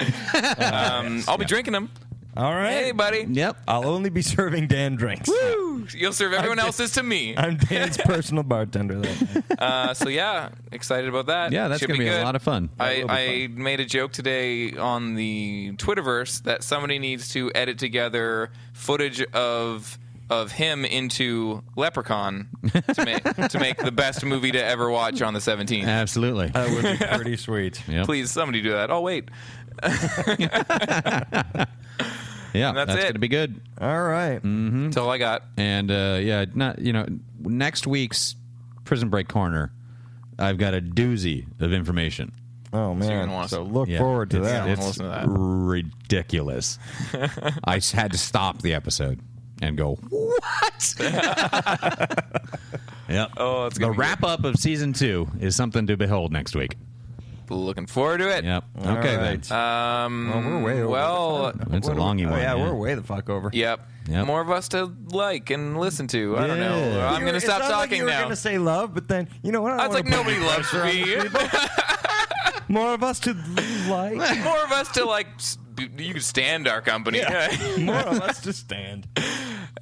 S1: Um, I'll be drinking them.
S3: All right.
S1: Hey, buddy.
S4: Yep.
S3: I'll only be serving Dan drinks.
S1: You'll serve everyone else's to me.
S3: I'm Dan's personal bartender. That night.
S1: Uh, so, yeah, excited about that.
S4: Yeah, that's
S1: Should
S4: going to be, a
S1: good.
S4: lot of fun.
S1: I, I made a joke today on the Twitterverse that somebody needs to edit together footage of of him into Leprechaun to make to make the best movie to ever watch on the 17th.
S4: Absolutely.
S1: Uh,
S3: That would be pretty sweet.
S4: Yep.
S1: Please, somebody do that. Oh wait,
S4: Yeah,
S1: that's it.
S4: going to be good.
S3: All right.
S4: Mm-hmm.
S1: that's all I got.
S4: And uh, yeah, not you know, next week's Prison Break Corner, I've got a doozy of information.
S3: Oh
S1: you're
S3: man.
S1: gonna wanna-
S3: So, look
S4: Yeah,
S3: forward to
S4: it's-
S3: that.
S4: It's
S1: listen to that.
S4: ridiculous. I s- had to stop the episode and go, what? yep.
S1: Oh, it's
S4: the
S1: gonna be
S4: wrap up of season two is something to behold next week.
S1: Looking forward to it.
S4: Yep. Okay
S3: All
S4: then.
S3: right.
S1: Um,
S3: Well, Oh, we're way over
S1: well, uh,
S4: It's a longy
S3: oh,
S4: one.
S3: yeah, we're way the fuck over.
S1: yep.
S4: Yep.
S1: More of us to like and listen to. I don't know.
S3: Yeah.
S1: I'm going to
S3: It
S1: stop
S3: sounds like
S1: talking
S3: you were
S1: now.
S3: going to say love, but then you know what? I
S1: I was
S3: don't
S1: like,
S3: wanna put
S1: nobody loves me.
S3: More of us to like.
S1: More of us to like. s- You could stand our company.
S3: more of us to stand.